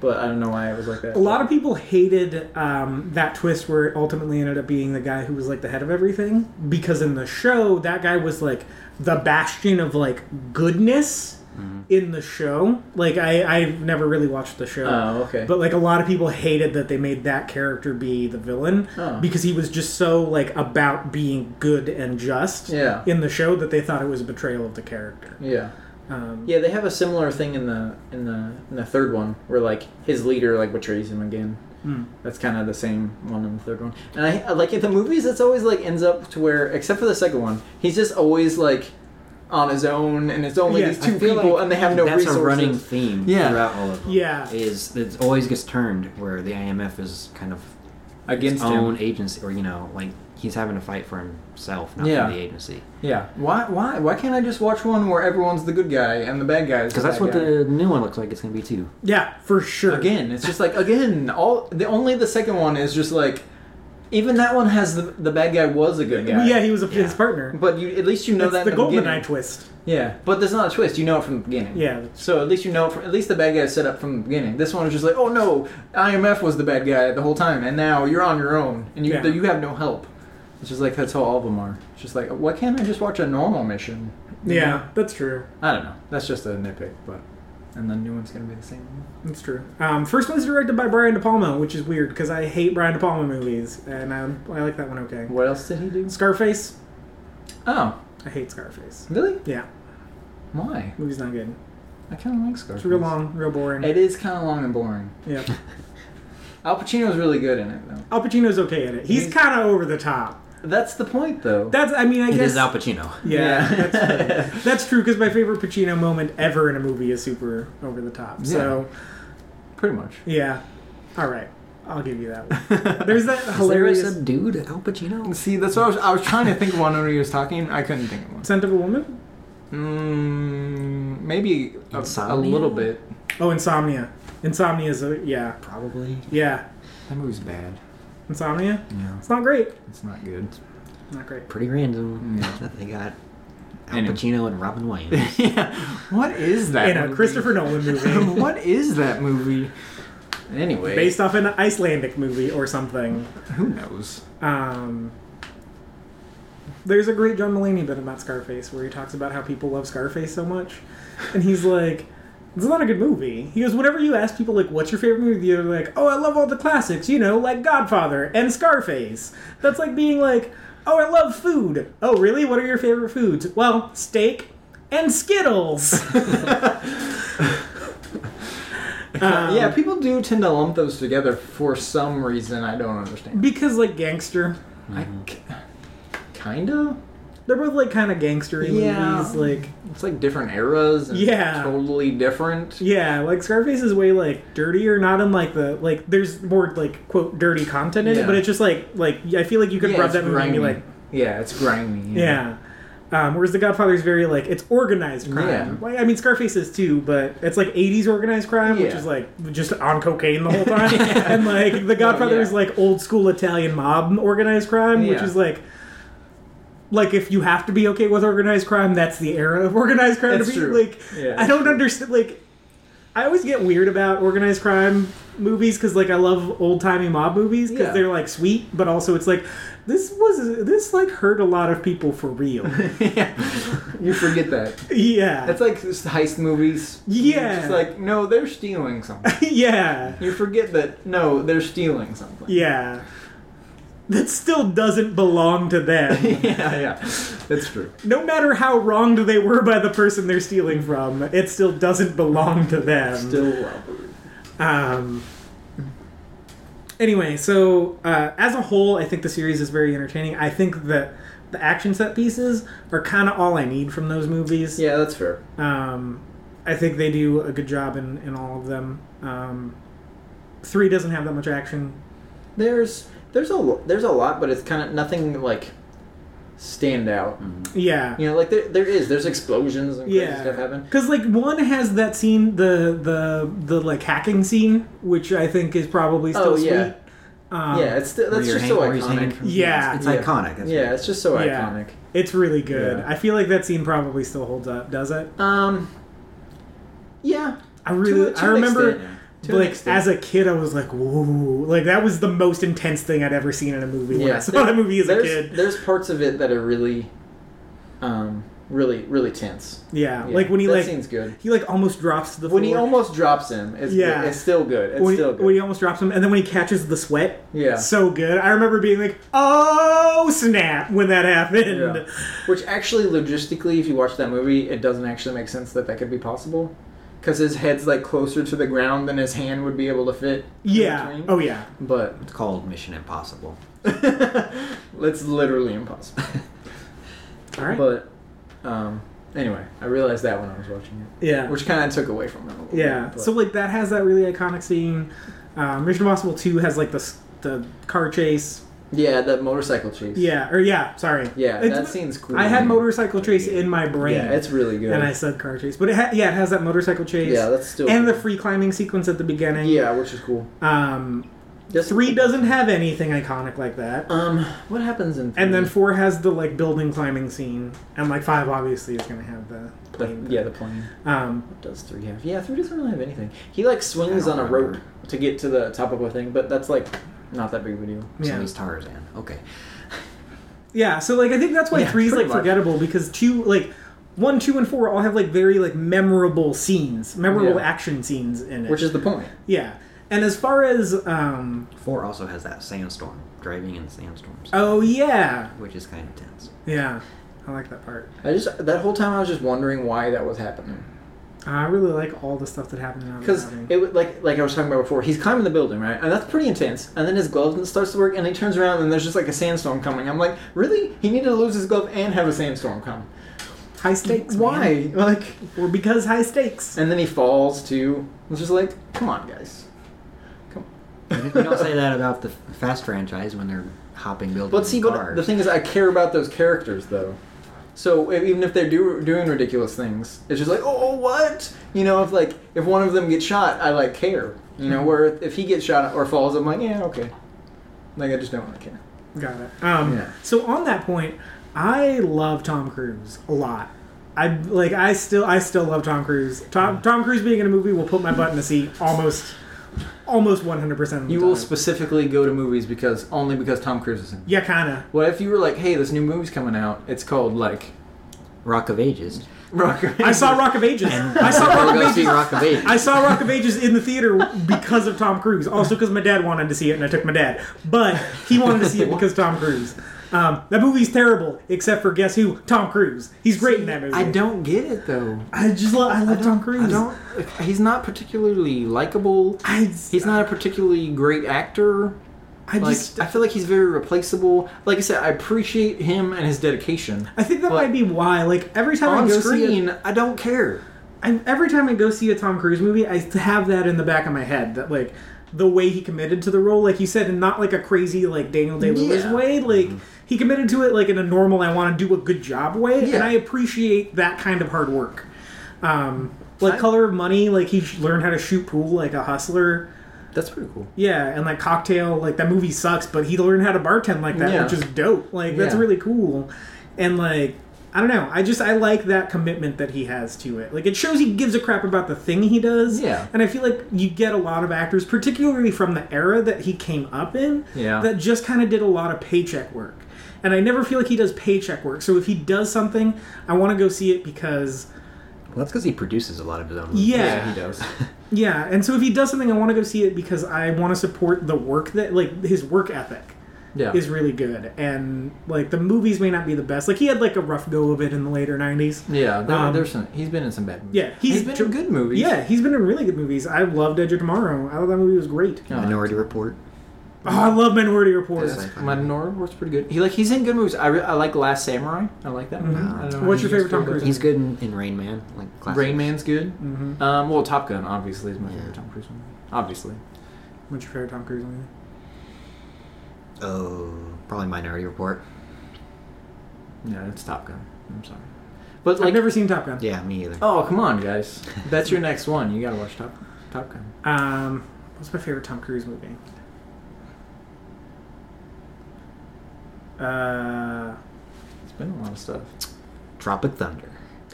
Speaker 4: but I don't know why it was like that.
Speaker 1: A lot of people hated um, that twist where it ultimately ended up being the guy who was like the head of everything because in the show that guy was like the bastion of like goodness
Speaker 4: Mm-hmm.
Speaker 1: in the show. Like I I've never really watched the show.
Speaker 4: Oh, okay.
Speaker 1: But like a lot of people hated that they made that character be the villain
Speaker 4: Oh.
Speaker 1: because he was just so like about being good and just
Speaker 4: Yeah.
Speaker 1: in the show that they thought it was a betrayal of the character.
Speaker 4: yeah.
Speaker 1: Um,
Speaker 4: Yeah, they have a similar thing in the in the in the third one where like his leader like betrays him again.
Speaker 1: Mm.
Speaker 4: That's kind of the same one in the third one. And I I- like in the movies, it's always like ends up to where, except for the second one, he's just always like on his own, and it's only
Speaker 1: Yeah,
Speaker 4: these
Speaker 1: I
Speaker 4: two
Speaker 3: feel
Speaker 4: people,
Speaker 3: like
Speaker 4: and they have no
Speaker 3: That's
Speaker 4: resources.
Speaker 3: a running theme
Speaker 4: Yeah.
Speaker 3: throughout all of them.
Speaker 1: Yeah.
Speaker 3: is it always gets turned where the IMF is kind of
Speaker 4: against
Speaker 3: its
Speaker 4: him.
Speaker 3: own agency, or you know, like he's having to fight for himself, not
Speaker 4: Yeah.
Speaker 3: for the agency.
Speaker 4: Yeah. Why? Why? Why can't I just watch one where everyone's the good guy and the bad guy?
Speaker 3: Because that's what the new one looks like. It's gonna be too.
Speaker 1: Yeah, for sure.
Speaker 4: again. It's just like again. All the only the second one is just like, even that one has the the bad guy was a good guy.
Speaker 1: Yeah, he was a,
Speaker 3: Yeah.
Speaker 1: his partner.
Speaker 4: But you at least you know
Speaker 1: That's
Speaker 4: that
Speaker 1: the
Speaker 4: in the
Speaker 1: golden eye
Speaker 4: beginning.
Speaker 1: twist.
Speaker 4: Yeah, but there's not a twist. You know it from the beginning.
Speaker 1: Yeah.
Speaker 4: So at least you know. From, at least the bad guy is set up from the beginning. This one is just like, oh no, IMF was the bad guy the whole time, and now you're on your own, and you
Speaker 1: Yeah.
Speaker 4: you have no help. It's just like that's how all of them are. It's just like, why can't I just watch a normal mission? You know?
Speaker 1: Yeah, that's true.
Speaker 4: I don't know. That's just a nitpick, but and the new one's gonna be the same.
Speaker 1: That's true. Um, first one's directed by Brian De Palma, which is weird because I hate Brian De Palma movies, and I, I like that one okay.
Speaker 4: What else did he do?
Speaker 1: Scarface,
Speaker 4: Oh,
Speaker 1: I hate Scarface.
Speaker 4: really?
Speaker 1: Yeah,
Speaker 4: Why?
Speaker 1: movie's not good.
Speaker 4: I kind of like Scarface.
Speaker 1: It's real long, real boring.
Speaker 4: It is kind of long and boring.
Speaker 1: Yeah,
Speaker 3: <laughs>
Speaker 4: Al Pacino's really good in it, though.
Speaker 1: Al Pacino's okay at it. He's
Speaker 4: He's-
Speaker 1: kind of over the top.
Speaker 4: That's the point, though.
Speaker 1: That's I mean I
Speaker 3: It
Speaker 1: guess
Speaker 3: is Al Pacino.
Speaker 1: yeah,
Speaker 4: Yeah.
Speaker 1: that's
Speaker 4: <laughs>
Speaker 1: true. That's true because my favorite Pacino moment ever in a movie is super over the top. So
Speaker 4: Pretty much.
Speaker 1: yeah, all right, I'll give you that
Speaker 4: <laughs>
Speaker 1: one. There's that
Speaker 3: <laughs> Is there a
Speaker 1: hilarious
Speaker 3: subdued Al Pacino?
Speaker 4: See, that's what I was, I was trying to think of one when he was talking. I couldn't think of one.
Speaker 1: scent of a woman.
Speaker 4: Mm, maybe a, a
Speaker 3: Insomnia?
Speaker 4: little bit.
Speaker 1: Oh, Insomnia. Insomnia is a yeah,
Speaker 3: Probably.
Speaker 1: yeah.
Speaker 4: That movie's bad.
Speaker 1: Insomnia.
Speaker 3: Yeah.
Speaker 1: It's not great.
Speaker 4: It's not good.
Speaker 1: Not great.
Speaker 3: Pretty random.
Speaker 4: Yeah.
Speaker 3: that They got Al
Speaker 4: Anyway.
Speaker 3: Pacino and Robin Williams.
Speaker 4: <laughs> yeah. What is that?
Speaker 1: in a
Speaker 4: movie?
Speaker 1: Christopher
Speaker 4: <laughs>
Speaker 1: Nolan movie
Speaker 4: what is that movie? Anyway,
Speaker 1: based off an Icelandic movie or something.
Speaker 4: who knows?
Speaker 1: Um, there's a great John Mulaney bit about Scarface where he talks about how people love Scarface so much, and he's like, It's not a good movie. He goes, whenever you ask people, like, what's your favorite movie? They're like, oh, I love all the classics, you know, like Godfather and Scarface. That's like being like, oh, I love food. Oh, really? What are your favorite foods? Well, steak and Skittles. <laughs> Um,
Speaker 4: <laughs> yeah, people do tend to lump those together for some reason I don't understand.
Speaker 1: Because, like, gangster.
Speaker 4: I c- kinda.
Speaker 1: They're both, like, kind of gangstery
Speaker 4: Yeah.
Speaker 1: movies. Like,
Speaker 4: It's like different eras. And
Speaker 1: Yeah.
Speaker 4: Totally different.
Speaker 1: Yeah, like Scarface is way like dirtier, not in like the like there's more like quote dirty content in it,
Speaker 4: Yeah.
Speaker 1: but it's just like like I feel like you could
Speaker 4: Yeah,
Speaker 1: rub
Speaker 4: it's
Speaker 1: that movie and be
Speaker 4: grimy.
Speaker 1: like
Speaker 4: Yeah, it's grimy.
Speaker 1: yeah. Um, whereas The Godfather's very like it's organized crime.
Speaker 4: Yeah.
Speaker 1: Like, I mean Scarface is too, but it's like '80s organized crime, which
Speaker 4: Yeah.
Speaker 1: is like just on cocaine the whole
Speaker 4: <laughs>
Speaker 1: time, and like The Godfather
Speaker 4: yeah.
Speaker 1: is like old school Italian mob organized crime, which
Speaker 4: Yeah.
Speaker 1: is like. Like if you have to be okay with organized crime, that's the era of organized crime.
Speaker 4: That's
Speaker 1: to be
Speaker 4: true.
Speaker 1: like,
Speaker 4: Yeah,
Speaker 1: I don't understand. Like, I always get weird about organized crime movies because, like, I love old timey mob movies because
Speaker 4: Yeah.
Speaker 1: they're like sweet, but also it's like this was this like hurt a lot of people for
Speaker 4: <laughs>
Speaker 1: real.
Speaker 4: You forget that.
Speaker 1: yeah,
Speaker 4: That's like this heist movies.
Speaker 1: Yeah.
Speaker 4: It's like, no, they're stealing something.
Speaker 1: <laughs> yeah,
Speaker 4: You forget that, no, they're stealing something.
Speaker 1: yeah. That still doesn't belong to them.
Speaker 4: <laughs> yeah, yeah. That's true.
Speaker 1: no matter how wronged they were by the person they're stealing from, it still doesn't belong to them.
Speaker 4: Still robbery.
Speaker 1: Um, anyway, so uh, as a whole, I think the series is very entertaining. I think that the action set pieces are kind of all I need from those movies.
Speaker 4: Yeah, that's fair.
Speaker 1: Um, I think they do a good job in, in all of them. Um, three doesn't have that much action.
Speaker 4: There's there's a there's a lot, but it's kind of nothing like stand out.
Speaker 1: Yeah.
Speaker 4: You know, like there, there is there's explosions and crazy
Speaker 1: Mm. Yeah.
Speaker 4: stuff happen.
Speaker 1: Because like one has that scene, the the the like hacking scene, which I think is probably still
Speaker 4: Oh, yeah.
Speaker 1: sweet. Um,
Speaker 4: yeah, it's
Speaker 3: Where
Speaker 4: still, <laughs> that's
Speaker 3: you're
Speaker 4: just so
Speaker 3: hang- where he's hanging
Speaker 4: iconic.
Speaker 3: from-
Speaker 1: Yeah.
Speaker 3: It's,
Speaker 4: Yeah.
Speaker 3: it's iconic. That's
Speaker 4: Yeah, it's just so
Speaker 1: Yeah.
Speaker 4: iconic.
Speaker 1: it's really good.
Speaker 4: Yeah.
Speaker 1: I feel like that scene probably still holds up, does it?
Speaker 4: Um, yeah,
Speaker 1: I really,
Speaker 4: to
Speaker 1: I
Speaker 4: an
Speaker 1: remember,
Speaker 4: extent, yeah. To an
Speaker 1: like
Speaker 4: extent.
Speaker 1: as a kid, I was like, "Whoa!" Like that was the most intense thing I'd ever seen in a movie. When I <laughs>
Speaker 4: yeah.
Speaker 1: saw
Speaker 4: there-
Speaker 1: that movie as a
Speaker 4: there's,
Speaker 1: kid.
Speaker 4: There's parts of it that are really, um, really really tense.
Speaker 1: Yeah.
Speaker 4: Yeah,
Speaker 1: like when he
Speaker 4: that
Speaker 1: like
Speaker 4: scene's good.
Speaker 1: he like almost drops to the
Speaker 4: When he
Speaker 1: floor.
Speaker 4: almost drops him, it's
Speaker 1: Yeah.
Speaker 4: it's still good. It's
Speaker 1: when, he-
Speaker 4: still good.
Speaker 1: when he almost drops him, and then when he catches the sweat,
Speaker 4: yeah.
Speaker 1: so good. I remember being like, "Oh snap!" when that happened.
Speaker 4: Yeah. Which actually, logistically, if you watch that movie, it doesn't actually make sense that that could be possible, because his head's like closer to the ground than his hand would be able to fit. in
Speaker 1: Yeah.
Speaker 4: between.
Speaker 1: Oh yeah.
Speaker 4: But <laughs>
Speaker 3: It's called Mission Impossible.
Speaker 4: it's literally impossible.
Speaker 1: All right.
Speaker 4: but um, anyway, I realized that when I was watching it,
Speaker 1: yeah.
Speaker 4: which kind of took away from it. A little
Speaker 1: yeah.
Speaker 4: bit, but-
Speaker 1: So like that has that really iconic scene. Um, Mission Impossible Two has like the s- the car chase.
Speaker 4: yeah, that motorcycle chase.
Speaker 1: Yeah. Or yeah. Sorry.
Speaker 4: Yeah,
Speaker 1: It's-
Speaker 4: that scene's cool.
Speaker 1: I had motorcycle chase in my brain.
Speaker 4: Yeah, it's really good.
Speaker 1: and I said car chase, but it ha- yeah, it has that motorcycle chase.
Speaker 4: yeah, that's still
Speaker 1: and the
Speaker 4: cool.
Speaker 1: free climbing sequence at the beginning.
Speaker 4: yeah, which is cool.
Speaker 1: Um,
Speaker 4: Just
Speaker 1: three doesn't have anything iconic like that,
Speaker 4: Um, what happens in?
Speaker 1: and then
Speaker 4: three?
Speaker 1: four has the like building climbing scene, and like five obviously is gonna have the plane.
Speaker 4: The- yeah, the plane.
Speaker 1: Um,
Speaker 4: Does three have? Yeah, three doesn't really have anything. He like swings
Speaker 3: I
Speaker 4: on
Speaker 3: don't
Speaker 4: a rope
Speaker 3: remember.
Speaker 4: to get to the top of a thing, but that's like not that big of a deal.
Speaker 3: So
Speaker 1: yeah.
Speaker 3: he's Tarzan. Okay.
Speaker 1: Yeah. So like I think that's why
Speaker 4: Yeah,
Speaker 1: three's
Speaker 4: pretty
Speaker 1: like
Speaker 4: much.
Speaker 1: forgettable because two like. One, two, and four all have like very like memorable scenes, memorable
Speaker 4: Yeah.
Speaker 1: action scenes in it.
Speaker 4: Which is the point.
Speaker 1: yeah. And as far as um,
Speaker 3: Four also has that sandstorm, driving in sandstorms,
Speaker 1: oh yeah,
Speaker 3: which is kind of tense.
Speaker 1: yeah, I like that part.
Speaker 4: I just that whole time I was just wondering why that was happening
Speaker 1: I really like all the stuff that happened in
Speaker 4: because
Speaker 1: Abu Dhabi.
Speaker 4: it would like like I was talking about before. He's climbing the building right, and that's pretty intense. And then his glove starts to work, and he turns around, and there's just like a sandstorm coming. I'm like, really? He needed to lose his glove and have a sandstorm come.
Speaker 1: high stakes.
Speaker 4: Why?
Speaker 1: man.
Speaker 4: Like,
Speaker 1: Or because high stakes.
Speaker 4: and then he falls too. It's just like, come on, guys. Come on.
Speaker 3: We don't say that about the Fast franchise when they're hopping buildings.
Speaker 4: <laughs> But see,
Speaker 3: and
Speaker 4: but
Speaker 3: cars.
Speaker 4: the thing is, I care about those characters though. So e- even if they're do, doing ridiculous things, it's just like, oh, what? You know, if like if one of them gets shot, I like care. You know, where if he gets shot or falls, I'm like, yeah, okay. Like I just don't really care.
Speaker 1: Got it. Um,
Speaker 4: Yeah.
Speaker 1: So on that point, I love Tom Cruise a lot. I like. I still. I still love Tom Cruise.
Speaker 4: Mm.
Speaker 1: Tom Tom Cruise being in a movie will put my butt in the seat almost, almost one hundred percent.
Speaker 4: You will specifically go to movies because only because Tom Cruise is in.
Speaker 1: yeah, kind of.
Speaker 4: What if you were like, hey, this new movie's coming out? It's called like
Speaker 3: Rock of Ages.
Speaker 4: Rock of
Speaker 1: I saw Rock of Ages. I saw
Speaker 3: We'll
Speaker 1: Rock of
Speaker 3: go see
Speaker 1: Ages.
Speaker 3: Rock of Ages.
Speaker 1: I saw Rock of Ages in the theater because of Tom Cruise. Also because my dad wanted to see it, and I took my dad. But he wanted to see it because Tom Cruise. Um, that movie's terrible, except for guess who? Tom Cruise. He's great in that movie.
Speaker 4: I don't get it though.
Speaker 1: I just love. I love Tom Cruise.
Speaker 4: I don't. He's not particularly likable.
Speaker 1: I,
Speaker 4: He's not a particularly great actor.
Speaker 1: I
Speaker 4: Like
Speaker 1: just.
Speaker 4: I feel like he's very replaceable. Like I said, I appreciate him and his dedication.
Speaker 1: I think that
Speaker 4: But-
Speaker 1: might be why. Like every time I
Speaker 4: On
Speaker 1: go see
Speaker 4: screen,
Speaker 1: a,
Speaker 4: I don't care.
Speaker 1: I, every time I go see a Tom Cruise movie, I have that in the back of my head that like the way he committed to the role, like you said, and not like a crazy like Daniel Day Lewis
Speaker 4: Yeah. Mm-hmm.
Speaker 1: way. Like he committed to it like in a normal, I want to do a good job way, and
Speaker 4: Yeah.
Speaker 1: I appreciate that kind of hard work. Um, like
Speaker 4: I-
Speaker 1: Color of Money, like he sh- learned how to shoot pool like a hustler.
Speaker 4: That's pretty cool.
Speaker 1: Yeah, and like Cocktail, like that movie sucks, but he learned how to bartend like that,
Speaker 4: Yeah.
Speaker 1: which is dope. Like that's
Speaker 4: Yeah.
Speaker 1: really cool. And like I don't know, I just I like that commitment that he has to it. Like it shows he gives a crap about the thing he does.
Speaker 4: Yeah.
Speaker 1: And I feel like you get a lot of actors, particularly from the era that he came up in,
Speaker 4: Yeah.
Speaker 1: that just kind of did a lot of paycheck work. And I never feel like he does paycheck work. So if he does something, I want to go see it because
Speaker 3: Well, that's because he produces a lot of his own. movies.
Speaker 1: yeah,
Speaker 4: Yeah, he <laughs> does.
Speaker 1: yeah, and so if he does something, I want to go see it because I want to support the work that, like, his work ethic
Speaker 4: Yeah.
Speaker 1: is really good. And, like, the movies may not be the best. Like, he had, like, a rough go of it in the later 90s.
Speaker 4: yeah, there,
Speaker 1: Um,
Speaker 4: there's some. He's been in some bad movies.
Speaker 1: Yeah, he's-
Speaker 4: he's been in good movies.
Speaker 1: Yeah, he's been in really good movies. I loved Edge of Tomorrow. I thought that movie was great.
Speaker 4: Yeah.
Speaker 3: <laughs> Minority Report.
Speaker 1: Oh, I love Minority Report.
Speaker 3: Yeah.
Speaker 4: Minority Report's pretty good. He like he's in good movies. I, re- I like Last Samurai. I like that. Movie. I don't know
Speaker 1: Mm-hmm. What's
Speaker 4: how
Speaker 1: your favorite
Speaker 4: he
Speaker 1: Tom
Speaker 4: feels about
Speaker 1: Cruise
Speaker 4: that.
Speaker 3: He's good in, in Rain Man, like classics.
Speaker 4: Rain Man's good.
Speaker 1: Mm-hmm.
Speaker 4: Um, well, Top Gun obviously is my favorite Tom Cruise movie. Obviously.
Speaker 1: What's your favorite Tom Cruise movie?
Speaker 3: Oh, probably Minority Report.
Speaker 4: Yeah, it's Top Gun. I'm sorry. But
Speaker 1: I've
Speaker 4: like,
Speaker 1: never seen Top Gun.
Speaker 3: Yeah, me either.
Speaker 4: oh come on, guys, that's your next one. You gotta watch Top Top Gun.
Speaker 1: Um, what's my favorite Tom Cruise movie? Uh,
Speaker 4: It's been a lot of stuff.
Speaker 3: Tropic Thunder.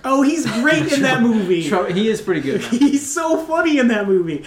Speaker 1: oh, he's great in that movie.
Speaker 4: <laughs> Tro- he is
Speaker 1: <laughs>
Speaker 4: pretty good. man.
Speaker 1: He's so funny in that movie.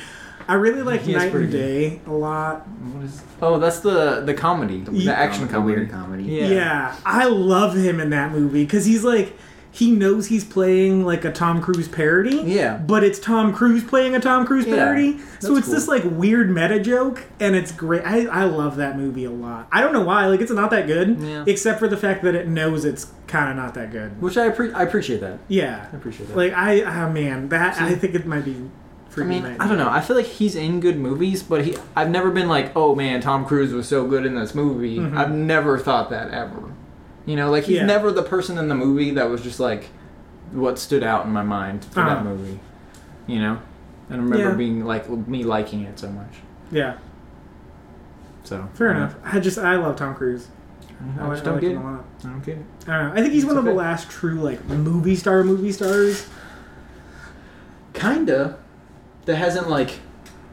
Speaker 1: I really like
Speaker 4: He is
Speaker 1: Night
Speaker 4: pretty
Speaker 1: and Day a lot.
Speaker 4: What is- oh, that's the the comedy, the,
Speaker 1: weird
Speaker 4: action
Speaker 3: Com- the
Speaker 4: comedy.
Speaker 3: weird comedy.
Speaker 1: Yeah.
Speaker 4: Yeah.
Speaker 1: I love him in that movie because he's like he knows he's playing like a Tom Cruise parody.
Speaker 4: Yeah.
Speaker 1: but it's Tom Cruise playing a Tom Cruise
Speaker 4: Yeah,
Speaker 1: parody. so
Speaker 4: that's
Speaker 1: it's this like weird meta joke, and it's great. I I love that movie a lot. I don't know why. Like it's not that good,
Speaker 4: Yeah.
Speaker 1: except for the fact that it knows it's kind of not that good.
Speaker 4: Which I appre- I appreciate that.
Speaker 1: Yeah,
Speaker 4: I appreciate that.
Speaker 1: like I ah man, that I think it might be.
Speaker 4: I
Speaker 1: Freaking
Speaker 4: mean,
Speaker 1: Night
Speaker 4: I
Speaker 1: and
Speaker 4: don't
Speaker 1: Day.
Speaker 4: know. I feel like he's in good movies, but he I've never been like, oh man, Tom Cruise was so good in this movie. I've never thought that ever. You know, like he's
Speaker 1: Mm-hmm. Yeah.
Speaker 4: never the person in the movie that was just like what stood out in my mind for
Speaker 1: Uh-huh.
Speaker 4: that movie. You know, I don't remember
Speaker 1: Yeah.
Speaker 4: being like me liking it so much.
Speaker 1: Yeah,
Speaker 4: So
Speaker 1: fair
Speaker 4: I don't
Speaker 1: enough. I just I love Tom Cruise.
Speaker 4: know. I
Speaker 1: I,
Speaker 4: just
Speaker 1: I
Speaker 4: don't
Speaker 1: like
Speaker 4: get
Speaker 1: him
Speaker 4: it.
Speaker 1: a lot.
Speaker 4: I don't get it.
Speaker 1: I don't know. I think he's one
Speaker 4: It's
Speaker 1: of the
Speaker 4: okay.
Speaker 1: last true like movie star movie stars.
Speaker 4: Kinda, that hasn't like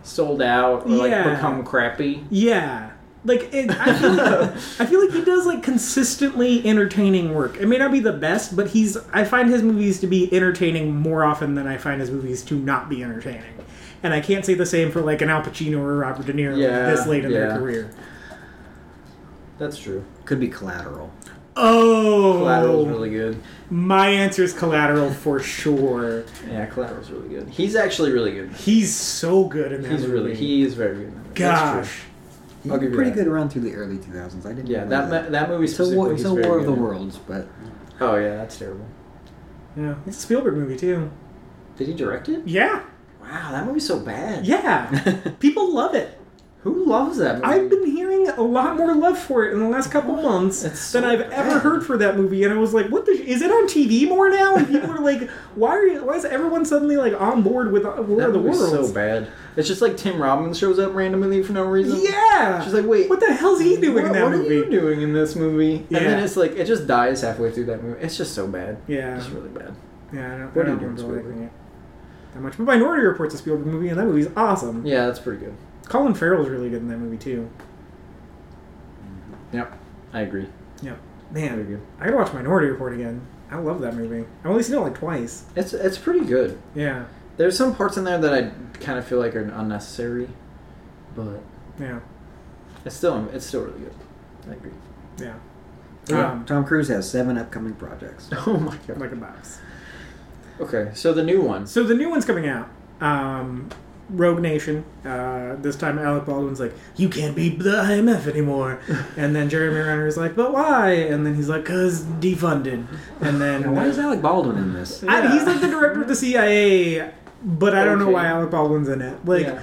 Speaker 4: sold out or like
Speaker 1: Yeah.
Speaker 4: become crappy.
Speaker 1: Yeah. Like it, I, feel
Speaker 4: <laughs>
Speaker 1: like, I feel like he does like consistently entertaining work. It may not be the best, but he's I find his movies to be entertaining more often than I find his movies to not be entertaining. And I can't say the same for like an Al Pacino or Robert De Niro
Speaker 4: Yeah,
Speaker 1: this late in their
Speaker 4: yeah.
Speaker 1: career.
Speaker 4: That's true.
Speaker 3: Could be Collateral.
Speaker 1: Oh,
Speaker 4: Collateral's really good.
Speaker 1: my answer is Collateral for sure.
Speaker 4: Yeah, Collateral's really good. He's actually really good.
Speaker 1: He's so good in that
Speaker 4: He's
Speaker 1: movie.
Speaker 4: really he is very good. in that movie. That's
Speaker 1: Gosh,
Speaker 3: He
Speaker 4: I'll
Speaker 3: did
Speaker 4: give you
Speaker 3: pretty
Speaker 4: that.
Speaker 3: good around through the early 2000s. I didn't.
Speaker 4: true. Yeah,
Speaker 3: know
Speaker 4: that ma- that movie
Speaker 3: Until War,
Speaker 4: specifically.
Speaker 3: until War
Speaker 4: he's very
Speaker 3: of the
Speaker 4: good in.
Speaker 3: Worlds, but
Speaker 4: Oh yeah, that's terrible.
Speaker 1: yeah, it's a Spielberg movie too.
Speaker 4: Did he direct it?
Speaker 1: Yeah,
Speaker 4: Wow, that movie's so bad.
Speaker 1: yeah, people love it.
Speaker 4: <laughs> Who loves that movie?
Speaker 1: I've been hearing a lot more love for it in the last couple months
Speaker 4: It's so
Speaker 1: than I've ever
Speaker 4: bad.
Speaker 1: heard for that movie, and I was like, "What the? Sh- is it on TV more now?" And people are like, "Why are you? Why is everyone suddenly like on board with uh, War
Speaker 4: that
Speaker 1: of the
Speaker 4: movie's
Speaker 1: Worlds?"
Speaker 4: so bad. It's just like Tim Robbins shows up randomly for no reason.
Speaker 1: Yeah,
Speaker 4: She's like, wait,
Speaker 1: what the hell's he doing
Speaker 4: what,
Speaker 1: in that
Speaker 4: what
Speaker 1: movie?
Speaker 4: are you doing in this movie?
Speaker 1: Yeah.
Speaker 4: And then it's like it just dies halfway through that movie. It's just so bad.
Speaker 1: Yeah.
Speaker 4: it's really bad.
Speaker 1: Yeah, I don't,
Speaker 4: What
Speaker 1: I
Speaker 4: are
Speaker 1: don't
Speaker 4: you doing,
Speaker 1: remember
Speaker 4: Spielberg?
Speaker 1: liking it that much. But Minority Report's a Spielberg movie, and that movie's awesome.
Speaker 4: Yeah, that's pretty good.
Speaker 1: Colin Farrell's really good in that movie too.
Speaker 4: Yep, I agree.
Speaker 1: Yep.
Speaker 4: Very
Speaker 1: Man,
Speaker 4: good.
Speaker 1: I gotta watch Minority Report again. I love that movie. I've only seen it like twice.
Speaker 4: It's it's pretty good.
Speaker 1: Yeah,
Speaker 4: There's some parts in there that I kind of feel like are unnecessary, but
Speaker 1: yeah,
Speaker 4: it's still it's still really good. I agree. <laughs>
Speaker 1: yeah.
Speaker 3: Yeah,
Speaker 1: Um,
Speaker 3: Tom Cruise has seven upcoming projects.
Speaker 4: Oh my god.
Speaker 1: like a box.
Speaker 4: Okay, so the new one.
Speaker 1: So the new one's coming out. Um, Rogue Nation. Uh, this time Alec Baldwin's like, you can't be the IMF
Speaker 4: <laughs>
Speaker 1: anymore. and then Jeremy Renner is like, but why? And then he's like, cause defunded. And then
Speaker 3: Why is Alec Baldwin in this?
Speaker 1: I-
Speaker 4: Yeah.
Speaker 1: he's like the director of the CIA, but I don't know
Speaker 4: Okay.
Speaker 1: why Alec Baldwin's in it. Like,
Speaker 4: Yeah.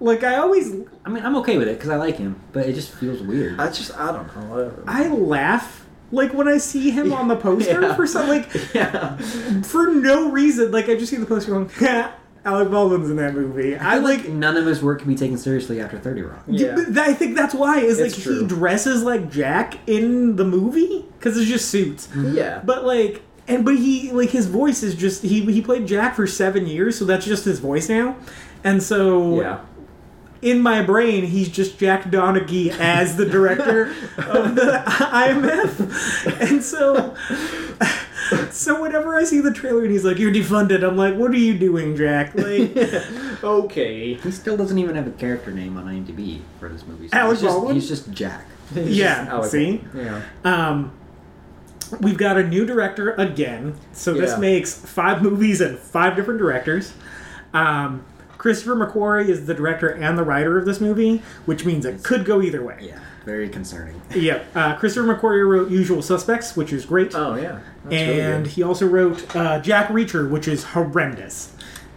Speaker 1: like I always
Speaker 3: I mean, I'm okay with it because I like him, but it just feels weird.
Speaker 4: I just I don't know whatever.
Speaker 1: I laugh like when I see him on the poster
Speaker 4: <laughs> Yeah.
Speaker 1: for some like
Speaker 4: <laughs> yeah.
Speaker 1: for no reason. Like I just see the poster going, <laughs> Alec Baldwin's in that movie. I like.
Speaker 3: None of his work can be taken seriously after 30 Rock.
Speaker 4: Yeah.
Speaker 1: Th- I think that's why is like
Speaker 4: It's
Speaker 1: he
Speaker 4: true.
Speaker 1: dresses like Jack in the movie because it's just suits.
Speaker 4: Yeah.
Speaker 1: <laughs> But like, and but he like his voice is just he he played Jack for seven years, so that's just his voice now. And so
Speaker 4: yeah.
Speaker 1: in my brain, he's just Jack Donaghy as the director of the IMF. And so, so whenever I see the trailer and he's like, "You're defunded," I'm like, "What are you doing, Jack?"
Speaker 4: <laughs>
Speaker 1: Like,
Speaker 4: Okay.
Speaker 3: He still doesn't even have a character name on IMDb for this movie. so
Speaker 1: Alec
Speaker 3: he's, just,
Speaker 1: Baldwin?
Speaker 3: he's just Jack. <laughs>
Speaker 1: yeah,
Speaker 4: Alec.
Speaker 1: see,
Speaker 4: Yeah.
Speaker 1: um, we've got a new director again. So this
Speaker 4: Yeah.
Speaker 1: makes five movies and five different directors. Um, Christopher McQuarrie is the director and the writer of this movie, which means it could go either way.
Speaker 3: Yeah, very concerning.
Speaker 1: Yep. Uh, Christopher McQuarrie wrote Usual Suspects, which is great.
Speaker 4: Oh yeah. That's really
Speaker 1: and
Speaker 4: good.
Speaker 1: he also wrote uh, Jack Reacher, which is horrendous.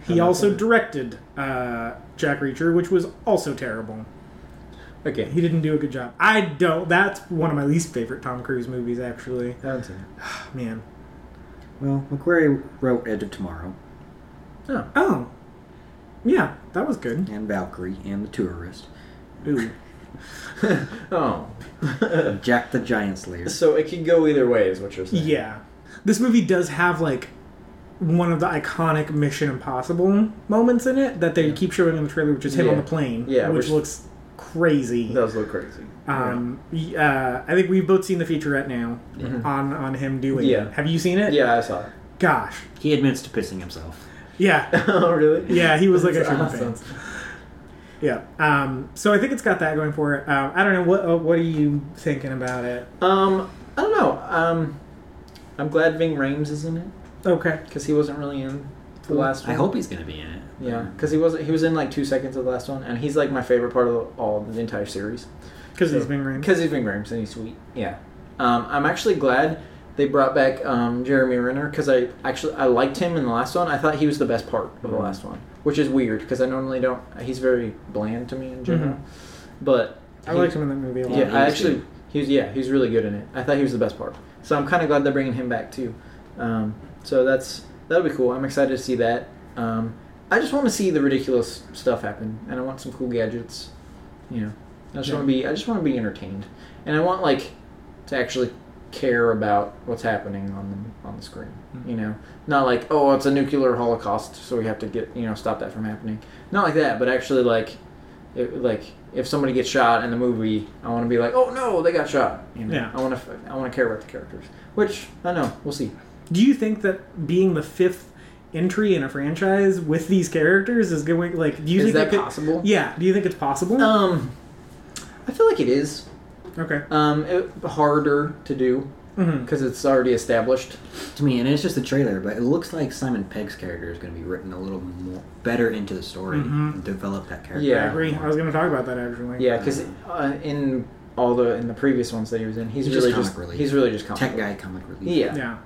Speaker 1: He also directed uh, Jack Reacher, which was also terrible.
Speaker 4: okay.
Speaker 1: He didn't do a good job. I don't. That's one of my least favorite Tom Cruise movies, actually.
Speaker 4: I haven't seen it.
Speaker 1: Man.
Speaker 3: Well, McQuarrie wrote Edge of Tomorrow
Speaker 4: Oh.
Speaker 1: Oh. Yeah, that was good.
Speaker 3: and Valkyrie and The Tourist,
Speaker 1: <laughs> Ooh.
Speaker 4: Oh. <laughs>
Speaker 3: Jack the Giant Slayer.
Speaker 4: so it could go either way, is what you're saying.
Speaker 1: Yeah. This movie does have, like, one of the iconic Mission Impossible moments in it that they keep showing in the trailer, which is him on
Speaker 4: Yeah.
Speaker 1: the plane,
Speaker 4: Yeah,
Speaker 1: which
Speaker 4: which-
Speaker 1: looks crazy.
Speaker 4: It does look crazy.
Speaker 1: Um, y- uh, I think we've both seen the featurette now
Speaker 4: Mhm.
Speaker 1: on on him doing.
Speaker 4: Yeah.
Speaker 1: it. Have you seen it?
Speaker 4: yeah, I saw it. <laughs>
Speaker 1: Gosh.
Speaker 3: He admits to pissing himself.
Speaker 1: Yeah.
Speaker 4: oh really?
Speaker 1: Yeah. He was like a
Speaker 4: That's
Speaker 1: super
Speaker 4: awesome.
Speaker 1: fan. Yeah. Um. So I think it's got that going for it. Um, I don't know what uh, what are you thinking about it?
Speaker 4: Um, I don't know. Um, I'm glad Ving Rhames is in it
Speaker 1: Okay.
Speaker 4: because he wasn't really in the last one.
Speaker 3: I hope he's going to be in it.
Speaker 4: Yeah, because he wasn't. He was in like two seconds of the last one, and he's like my favorite part of the, all the entire series
Speaker 1: Because he's being rained.
Speaker 4: because he's Ving Rhames and he's sweet. Yeah, um, I'm actually glad they brought back um, Jeremy Renner because I actually I liked him in the last one. I thought he was the best part of the
Speaker 1: Mm-hmm.
Speaker 3: Mhm.
Speaker 4: last one, which is weird because I normally don't. He's very bland to me in general, but
Speaker 1: Mm-hmm. I
Speaker 4: he-
Speaker 1: liked him in that movie a lot.
Speaker 4: yeah,
Speaker 3: he
Speaker 4: I
Speaker 3: was
Speaker 4: actually
Speaker 3: good.
Speaker 4: he was yeah he was really good in it. I thought he was the best part, so I'm kind of glad they're bringing him back too. Um, so that's that'll be cool. I'm excited to see that. Um, I just want to see the ridiculous stuff happen, and I want some cool gadgets. You know, I just
Speaker 1: Yeah.
Speaker 4: want to be I just want to be entertained, and I want like to actually care about what's happening on the on the screen.
Speaker 1: Mm.
Speaker 4: You know, not like oh it's a nuclear holocaust, so we have to get you know stop that from happening. Not like that, but actually like it, like if somebody gets shot in the movie, I want to be like, oh no, they got shot. You know,
Speaker 1: Yeah.
Speaker 4: I want to I want to care about the characters, which I don't know we'll see.
Speaker 1: Do you think that being the fifth entry in a franchise with these characters is going like? Do you
Speaker 4: Is
Speaker 1: think
Speaker 4: that
Speaker 1: could-
Speaker 4: possible?
Speaker 1: Yeah. Do you think it's possible?
Speaker 4: Um, I feel like it is
Speaker 1: okay.
Speaker 4: um it, harder to do
Speaker 1: hmm
Speaker 4: because it's already established.
Speaker 3: To me, and it's just a trailer, but it looks like Simon Pegg's character is going to be written a little more better into the story
Speaker 1: Mhm.
Speaker 3: and develop that character.
Speaker 1: I
Speaker 4: Mm-hmm. Yeah.
Speaker 1: agree. I was going to talk about that actually.
Speaker 4: Yeah, because uh, in all the in the previous ones that he was in, he's,
Speaker 3: He's just
Speaker 4: really
Speaker 3: comic
Speaker 4: just,
Speaker 3: relief.
Speaker 4: he's really just comic
Speaker 3: Tech
Speaker 4: relief.
Speaker 3: guy comic relief.
Speaker 4: Yeah.
Speaker 1: Yeah.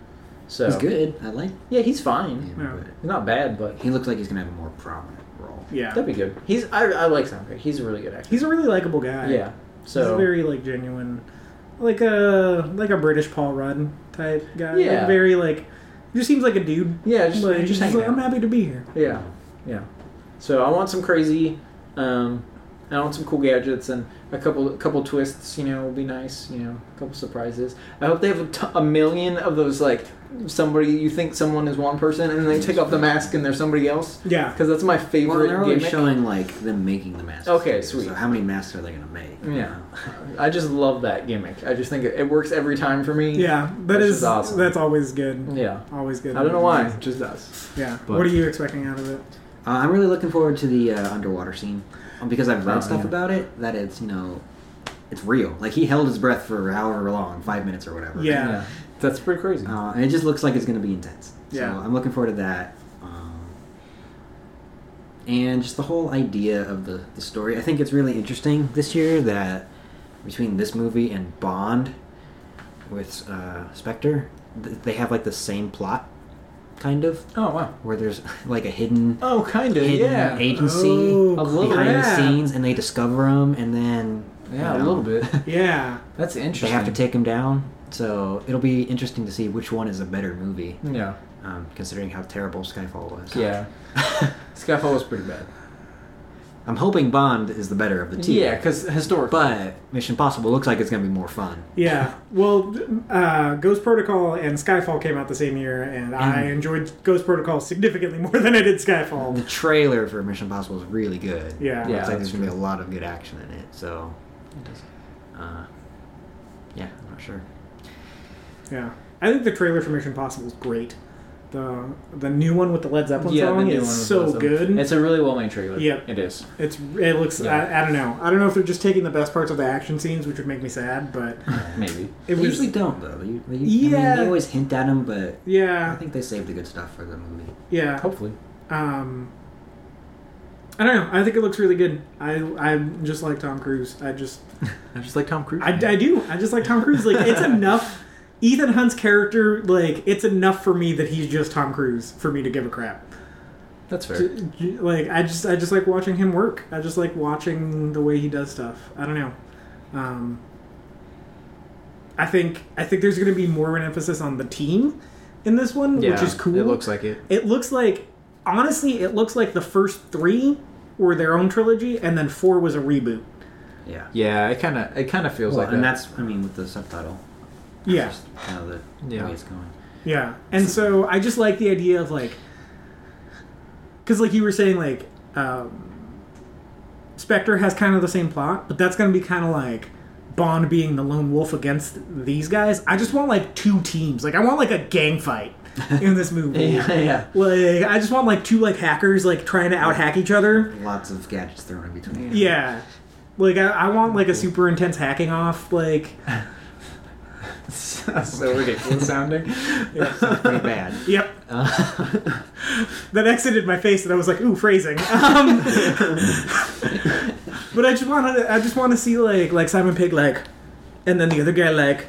Speaker 4: So
Speaker 3: He's good. I like him,
Speaker 4: Yeah, he's fine.
Speaker 1: Yeah.
Speaker 3: but
Speaker 4: He's not bad, but
Speaker 3: he looks like he's going to have a more prominent role.
Speaker 1: Yeah.
Speaker 4: that'd be good. He's I, I like Sam Craig. He's a really good actor.
Speaker 1: He's a really likable guy.
Speaker 4: yeah. So
Speaker 1: he's very like genuine, like a like a British Paul Rudd type guy. Like,
Speaker 4: Yeah.
Speaker 1: very like, he just seems like a dude.
Speaker 4: yeah, just,
Speaker 1: like,
Speaker 4: just
Speaker 1: he's
Speaker 4: hanging
Speaker 1: like, I'm
Speaker 4: out.
Speaker 1: happy to be here.
Speaker 4: Yeah, yeah. So I want some crazy. Um, I want some cool gadgets and a couple, a couple twists. You know, will be nice. You know, a couple surprises. I hope they have a, t- a million of those. Like somebody you think someone is one person, and then they take off the mask and they're somebody else.
Speaker 1: Yeah,
Speaker 4: Because that's my
Speaker 3: Well,
Speaker 4: favorite
Speaker 3: and they're always
Speaker 4: gimmick.
Speaker 3: showing like them making the masks.
Speaker 4: Okay,
Speaker 3: too,
Speaker 4: sweet.
Speaker 3: So how many masks are they going to make? you
Speaker 4: Yeah.
Speaker 3: know?
Speaker 4: I just love that gimmick. I just think it, it works every time for me.
Speaker 1: yeah. That
Speaker 4: Which
Speaker 1: is
Speaker 4: is awesome.
Speaker 1: that's always good.
Speaker 4: Yeah.
Speaker 1: Always good.
Speaker 4: I don't know why. It just does.
Speaker 1: Yeah.
Speaker 3: But-
Speaker 1: what are you expecting out of it?
Speaker 3: Uh, I'm really looking forward to the uh, underwater scene um, because I've read
Speaker 4: Oh,
Speaker 3: stuff
Speaker 4: yeah.
Speaker 3: about it that it's you know it's real. Like he held his breath for however long, five minutes or whatever.
Speaker 1: Yeah.
Speaker 4: That's pretty crazy.
Speaker 3: Uh, and it just looks like it's going to be intense. So
Speaker 4: Yeah.
Speaker 3: I'm looking forward to that. Um, and just the whole idea of the, the story. I think it's really interesting this year that between this movie and Bond with uh, Spectre, th- they have like the same plot, kind of,
Speaker 4: Oh wow.
Speaker 3: where there's <laughs> like a hidden
Speaker 4: Oh, kind of.
Speaker 3: hidden
Speaker 4: Yeah.
Speaker 3: agency
Speaker 1: Oh,
Speaker 4: A little
Speaker 3: behind the
Speaker 4: bit.
Speaker 3: scenes, and they discover him, and then
Speaker 4: Yeah,
Speaker 3: you
Speaker 4: a
Speaker 3: know,
Speaker 4: little bit.
Speaker 3: <laughs>
Speaker 1: Yeah.
Speaker 4: That's
Speaker 3: they
Speaker 4: interesting.
Speaker 3: have to take him down. So it'll be interesting to see which one is a better movie,
Speaker 4: Yeah.
Speaker 3: um, considering how terrible Skyfall was.
Speaker 4: Yeah. Skyfall was pretty bad.
Speaker 3: <laughs> I'm hoping Bond is the better of the two.
Speaker 4: Yeah, because historically.
Speaker 3: But Mission Possible looks like it's going to be more fun.
Speaker 1: Yeah. Well, uh, Ghost Protocol and Skyfall came out the same year,
Speaker 4: Mm.
Speaker 1: and I enjoyed Ghost Protocol significantly more than I did
Speaker 3: The
Speaker 1: Skyfall.
Speaker 3: trailer for Mission Possible is really good.
Speaker 1: Yeah.
Speaker 4: Yeah.
Speaker 3: Looks like
Speaker 4: that's
Speaker 3: there's going to be a lot of good action in it. So, uh, yeah, I'm not sure.
Speaker 1: Yeah. I think the trailer for Mission Possible is great. The the new one with the Led Zeppelin
Speaker 4: yeah, the
Speaker 1: song
Speaker 4: new
Speaker 1: is
Speaker 4: one was
Speaker 1: so
Speaker 4: awesome.
Speaker 1: good.
Speaker 4: It's a really well made trailer.
Speaker 1: Yep.
Speaker 4: It is.
Speaker 1: It's it looks I, I don't know I don't know if they're just taking the best parts of the action scenes, which would make me sad, but
Speaker 4: Maybe.
Speaker 1: it
Speaker 3: they
Speaker 1: was
Speaker 3: usually don't, though. They, they, I mean,
Speaker 1: Yeah.
Speaker 3: they always hint at them, but I
Speaker 1: yeah
Speaker 3: think they saved the good stuff for the movie.
Speaker 1: yeah.
Speaker 4: Hopefully.
Speaker 1: Um, I don't know. I think it looks really good. I I just like Tom Cruise. I just
Speaker 4: I just like Tom Cruise.
Speaker 1: I, I do. I just like Tom Cruise. Like
Speaker 4: <laughs>
Speaker 1: it's enough. Ethan Hunt's character, like it's enough for me that he's just Tom Cruise for me to give a crap.
Speaker 4: That's fair.
Speaker 1: J- j- Like I just I just like watching him work. I just like watching the way he does stuff. I don't know. Um, I think I think there's going to be more of an emphasis on the team in this one,
Speaker 4: yeah.
Speaker 1: which is cool.
Speaker 4: It looks like it.
Speaker 1: It looks like, honestly, it looks like the first three were their own trilogy, and then four was a reboot.
Speaker 3: Yeah.
Speaker 4: Yeah, it kind of it kind of feels
Speaker 3: Well,
Speaker 4: like
Speaker 3: and
Speaker 4: that.
Speaker 3: that's, I mean, with the subtitle.
Speaker 1: Yeah,
Speaker 3: Just kind of the
Speaker 4: Yeah.
Speaker 3: way it's going.
Speaker 1: yeah. And so I just like the idea of like, because like you were saying, like, um, Spectre has kind of the same plot, but that's going to be kind of like Bond being the lone wolf against these guys. I just want like two teams. Like I want like a gang fight in this movie.
Speaker 4: <laughs> yeah, yeah.
Speaker 1: Like I just want like two like hackers like trying to out hack each other.
Speaker 3: Lots of gadgets thrown in between.
Speaker 1: Yeah. Like I, I want like a super intense hacking off. Like
Speaker 4: <laughs> so ridiculous <laughs> sounding.
Speaker 3: Pretty bad.
Speaker 1: yep.
Speaker 4: <laughs>
Speaker 3: Uh,
Speaker 1: That exited my face, and I was like, "Ooh, phrasing."
Speaker 4: <laughs>
Speaker 1: Um, but I just want to. I just want to see like like Simon Pig like, and then the other guy like.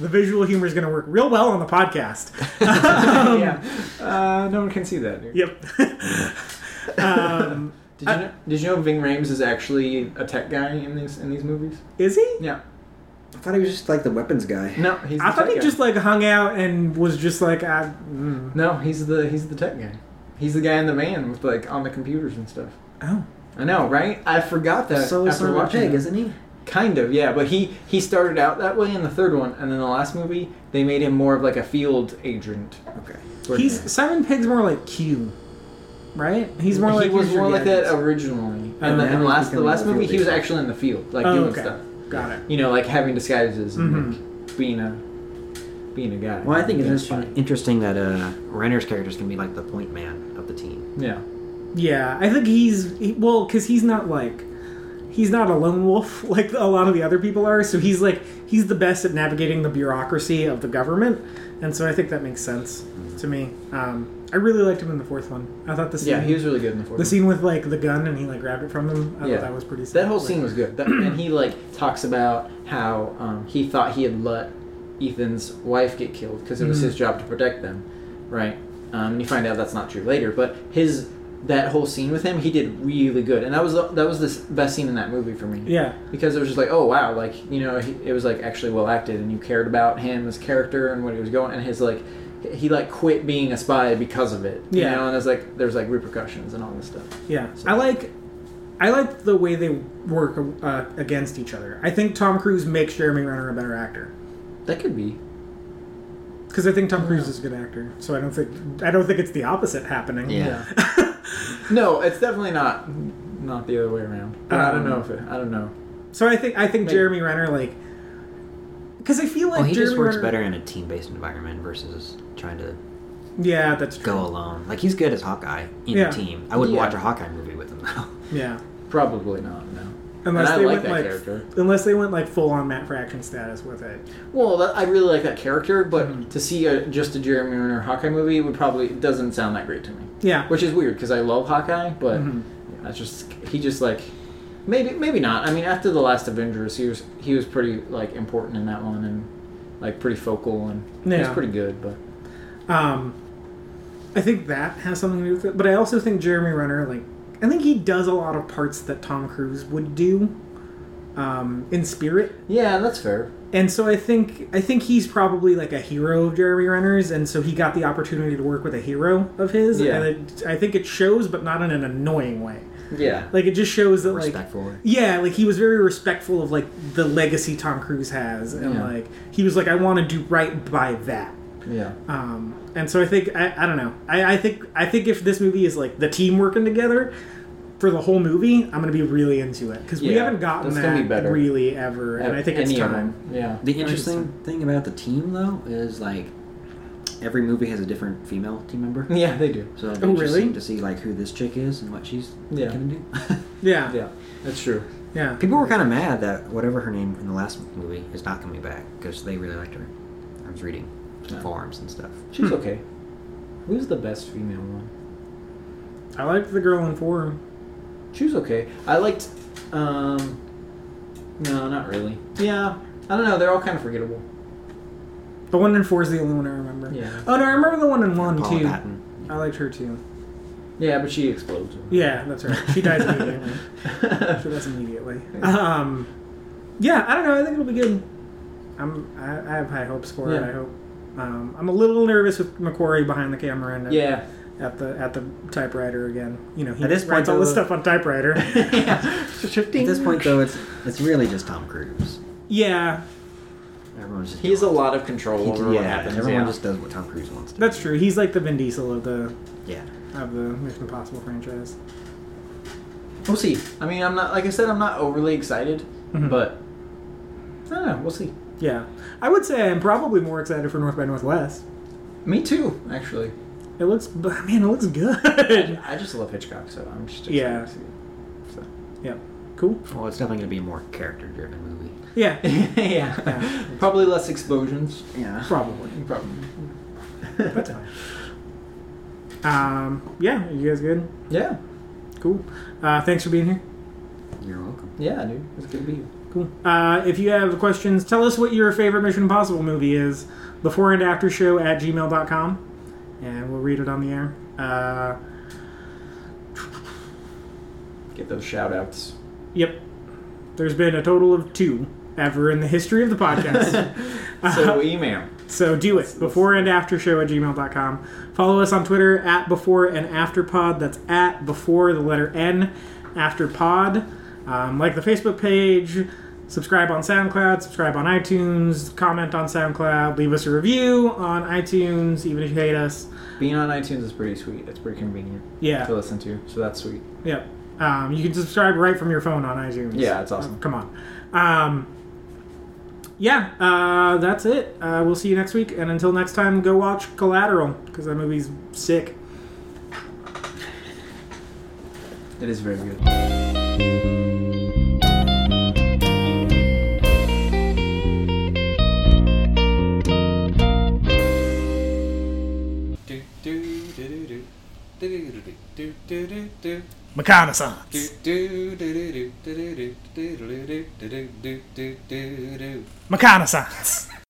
Speaker 1: The visual humor is going to work real well on the
Speaker 4: <laughs>
Speaker 1: podcast. Um,
Speaker 4: yeah. Uh, no one can see that. Did
Speaker 1: Yep. um,
Speaker 4: you know? Did you know Ving Rhames is actually a tech guy in these in these movies?
Speaker 1: is he?
Speaker 4: Yeah.
Speaker 3: I thought he was just like the weapons guy.
Speaker 4: No, he's. The
Speaker 1: I thought
Speaker 4: tech
Speaker 1: he
Speaker 4: guy.
Speaker 1: just like hung out and was just like, I, mm.
Speaker 4: No, he's the he's the tech guy. He's the guy in the van with like on the computers and stuff.
Speaker 1: oh,
Speaker 4: I know, right? I forgot that
Speaker 3: So is
Speaker 4: after
Speaker 3: Simon
Speaker 4: watching.
Speaker 3: Pegg,
Speaker 4: that.
Speaker 3: isn't he?
Speaker 4: Kind of, yeah. But he he started out that way in the third one, and then the last movie they made him more of like a field agent.
Speaker 3: Okay.
Speaker 4: where
Speaker 1: he's Simon Pig's more like Q, right? He's more
Speaker 4: he
Speaker 1: like
Speaker 4: was
Speaker 1: here's your
Speaker 4: more like
Speaker 1: gadgets.
Speaker 4: that originally, and,
Speaker 1: Oh, now
Speaker 4: the, and
Speaker 3: he's
Speaker 4: last the
Speaker 3: becoming
Speaker 4: last
Speaker 3: a
Speaker 4: movie
Speaker 3: field
Speaker 4: he was
Speaker 3: agent.
Speaker 4: actually in the field, like
Speaker 1: Oh,
Speaker 4: doing
Speaker 1: okay.
Speaker 4: stuff.
Speaker 1: Got it.
Speaker 4: You know, like having disguises and
Speaker 1: Mhm.
Speaker 4: like, being a being a guy.
Speaker 3: Mm-hmm. Well, I think it's
Speaker 4: That's
Speaker 3: interesting, interesting that uh, Renner's character is going to be like the point man of the team.
Speaker 4: fine. Yeah.
Speaker 1: Yeah, I think he's he, well because he's not like he's not a lone wolf <laughs> like a lot of the other people are. So he's like he's the best at navigating the bureaucracy of the government, and so I think that makes sense
Speaker 4: Mm-hmm.
Speaker 1: to me. Um, I really liked him in the fourth one. I thought the scene,
Speaker 4: Yeah, he was really good in the fourth.
Speaker 1: the
Speaker 4: one.
Speaker 1: scene with like the gun and he like grabbed it from him. I
Speaker 4: Yeah.
Speaker 1: thought that was pretty. sick.
Speaker 4: That whole
Speaker 1: Like,
Speaker 4: scene was good. That, and he like talks about how um, he thought he had let Ethan's wife get killed because it was his job to protect them, right? Um, and you find out that's not true later. But his that whole scene with him, he did really good, and that was the, that was the s- best scene in that movie for me.
Speaker 1: Yeah,
Speaker 4: Because it was just like, oh wow, like you know, he, it was like actually well acted, and you cared about him, his character, and what he was going, and his like, he like quit being a spy because of it, you
Speaker 1: Yeah.
Speaker 4: know, and it's like there's like repercussions and all this stuff.
Speaker 1: yeah. I like. I like the way they work uh, against each other. I think Tom Cruise makes Jeremy Renner a better actor.
Speaker 4: That could be
Speaker 1: because I think Tom Cruise is a good actor. So I don't think I don't think it's the opposite happening.
Speaker 3: Yeah.
Speaker 4: No, it's definitely not not the other way around. But I
Speaker 1: Um,
Speaker 4: don't know if it, I don't know.
Speaker 1: <laughs> so I think I think
Speaker 4: Maybe.
Speaker 1: Jeremy Renner like because I feel like
Speaker 3: Well, Oh, he
Speaker 1: Jeremy
Speaker 3: just works
Speaker 1: Renner,
Speaker 3: better in a team-based environment versus trying to
Speaker 1: Yeah, that's true.
Speaker 3: go alone. Like he's good as Hawkeye in
Speaker 1: Yeah.
Speaker 3: a team. I wouldn't <laughs>
Speaker 4: Yeah.
Speaker 3: watch a Hawkeye movie with him though.
Speaker 1: Yeah,
Speaker 4: Probably not. No.
Speaker 1: Unless
Speaker 4: I
Speaker 1: they
Speaker 4: like
Speaker 1: went
Speaker 4: that
Speaker 1: like
Speaker 4: character.
Speaker 1: unless they went like full on Matt Fraction status with it.
Speaker 4: Well, that, I really like that character, but to see a, just a Jeremy Renner Hawkeye movie would probably doesn't sound that great to me.
Speaker 1: Yeah.
Speaker 4: Which is weird because I love Hawkeye, but
Speaker 1: Mhm.
Speaker 4: that's just he just like maybe maybe not. I mean, after the last Avengers, he was he was pretty like important in that one and like pretty focal and he was
Speaker 1: Yeah.
Speaker 4: pretty good. But
Speaker 1: Um, I think that has something to do with it, but I also think Jeremy Renner, like, I think he does a lot of parts that Tom Cruise would do, um, in spirit,
Speaker 4: yeah, that's fair.
Speaker 1: and so I think I think he's probably like a hero of Jeremy Renner's, and so he got the opportunity to work with a hero of his,
Speaker 4: Yeah.
Speaker 1: and it, I think it shows, but not in an annoying way.
Speaker 4: Yeah,
Speaker 1: Like, it just shows that like
Speaker 3: Respectful.
Speaker 1: yeah, like he was very respectful of like the legacy Tom Cruise has, and
Speaker 4: Yeah.
Speaker 1: like he was like, I want to do right by that.
Speaker 4: yeah,
Speaker 1: Um, and so I think I, I don't know. I, I think I think if this movie is like the team working together for the whole movie, I'm gonna be really into it because we
Speaker 4: Yeah,
Speaker 1: haven't gotten
Speaker 4: that's gonna
Speaker 1: that
Speaker 4: be better.
Speaker 1: really ever, and I think it's
Speaker 4: Any of
Speaker 1: time.
Speaker 4: them. Yeah,
Speaker 3: The interesting thing about the team, though, is like every movie has a different female team member.
Speaker 4: yeah, they do.
Speaker 3: So it'll be
Speaker 1: Oh,
Speaker 3: interesting
Speaker 1: really?
Speaker 3: to see like who this chick is and what she's
Speaker 4: Yeah.
Speaker 3: gonna do. <laughs>
Speaker 1: Yeah, yeah,
Speaker 4: Yeah, that's true.
Speaker 1: yeah.
Speaker 3: People were kind of mad that whatever her name in the last movie is not coming back because they really liked her. I was reading some
Speaker 4: Yeah.
Speaker 3: forums and stuff.
Speaker 4: She's
Speaker 1: Hmm.
Speaker 4: okay. Who's the best female one?
Speaker 1: I liked the girl in Forum.
Speaker 4: She was okay. I liked. Um, no, not really. Yeah, I don't know. They're all kind of forgettable.
Speaker 1: The one in four is the only one I remember.
Speaker 4: Yeah.
Speaker 1: Oh no, I remember the one in one
Speaker 3: Paula
Speaker 1: too.
Speaker 3: Patton.
Speaker 1: I liked her too.
Speaker 4: Yeah, but she explodes.
Speaker 1: Yeah, that's right. She dies
Speaker 3: <laughs>
Speaker 4: <laughs>
Speaker 1: immediately. She dies immediately. Um, yeah, I don't know. I think it'll be good. I'm, I, I have high hopes for it.
Speaker 4: Yeah.
Speaker 1: I hope. Um, I'm a little nervous with Macquarie behind the camera and
Speaker 4: yeah.
Speaker 1: at the at the typewriter again. You know, he
Speaker 3: At this
Speaker 1: writes
Speaker 3: point,
Speaker 1: all this
Speaker 3: though-
Speaker 1: stuff on
Speaker 3: <laughs>
Speaker 1: typewriter.
Speaker 3: At this point, though, it's it's really just Tom Cruise.
Speaker 1: yeah,
Speaker 3: Everyone's just
Speaker 4: He has a lot of control
Speaker 3: He-
Speaker 4: over
Speaker 3: yeah,
Speaker 4: what happens.
Speaker 3: everyone
Speaker 4: yeah.
Speaker 3: just does what Tom Cruise wants. to
Speaker 1: that's true. He's like the Vin Diesel of the
Speaker 3: Yeah.
Speaker 1: of the Mission Impossible franchise.
Speaker 4: We'll see. I mean, I'm not like I said. I'm not overly excited,
Speaker 1: Mhm.
Speaker 4: but I don't know. We'll see.
Speaker 1: Yeah, I would say I'm probably more excited for North by Northwest.
Speaker 4: Me too, actually.
Speaker 1: It looks, <laughs> man, it looks
Speaker 4: <laughs>
Speaker 1: good.
Speaker 4: I just love Hitchcock, so I'm just excited
Speaker 1: Yeah.
Speaker 4: to see. it. So.
Speaker 1: yeah, cool.
Speaker 3: Well, it's definitely going to be a more character-driven movie.
Speaker 1: Yeah, <laughs>
Speaker 4: <laughs> yeah, probably less explosions.
Speaker 3: Yeah.
Speaker 1: probably.
Speaker 4: Probably.
Speaker 1: That's fine. Um, yeah, you guys good?
Speaker 4: yeah,
Speaker 1: Cool. Uh, thanks for being here.
Speaker 3: You're welcome.
Speaker 4: yeah, dude. It's good to be here.
Speaker 1: Cool. Uh, if you have questions, tell us what your favorite Mission Impossible movie is. Before and after show at gmail.com. And we'll read it on the air. Uh,
Speaker 4: Get those shout outs.
Speaker 1: yep. There's been a total of two ever in the history of the podcast.
Speaker 4: So email.
Speaker 1: so do it. Before and after show at gmail.com. Follow us on Twitter at before and after pod. That's at before the letter N after pod. Um, like the Facebook page, subscribe on SoundCloud, subscribe on iTunes, comment on SoundCloud, leave us a review on iTunes, even if you hate us.
Speaker 4: Being on iTunes is pretty sweet. It's pretty convenient to
Speaker 1: Yeah.
Speaker 4: listen to, so that's sweet.
Speaker 1: Yep. Um, you can subscribe right from your phone on iTunes.
Speaker 4: Yeah, it's awesome.
Speaker 1: Come on. Um, yeah, uh, that's it. Uh, we'll see you next week. And until next time, go watch Collateral because that movie's sick.
Speaker 4: It is very good.
Speaker 5: do do do do do do do do do do
Speaker 1: Reconnaissance.
Speaker 5: do do do do do do do do do do do do do do
Speaker 1: Reconnaissance.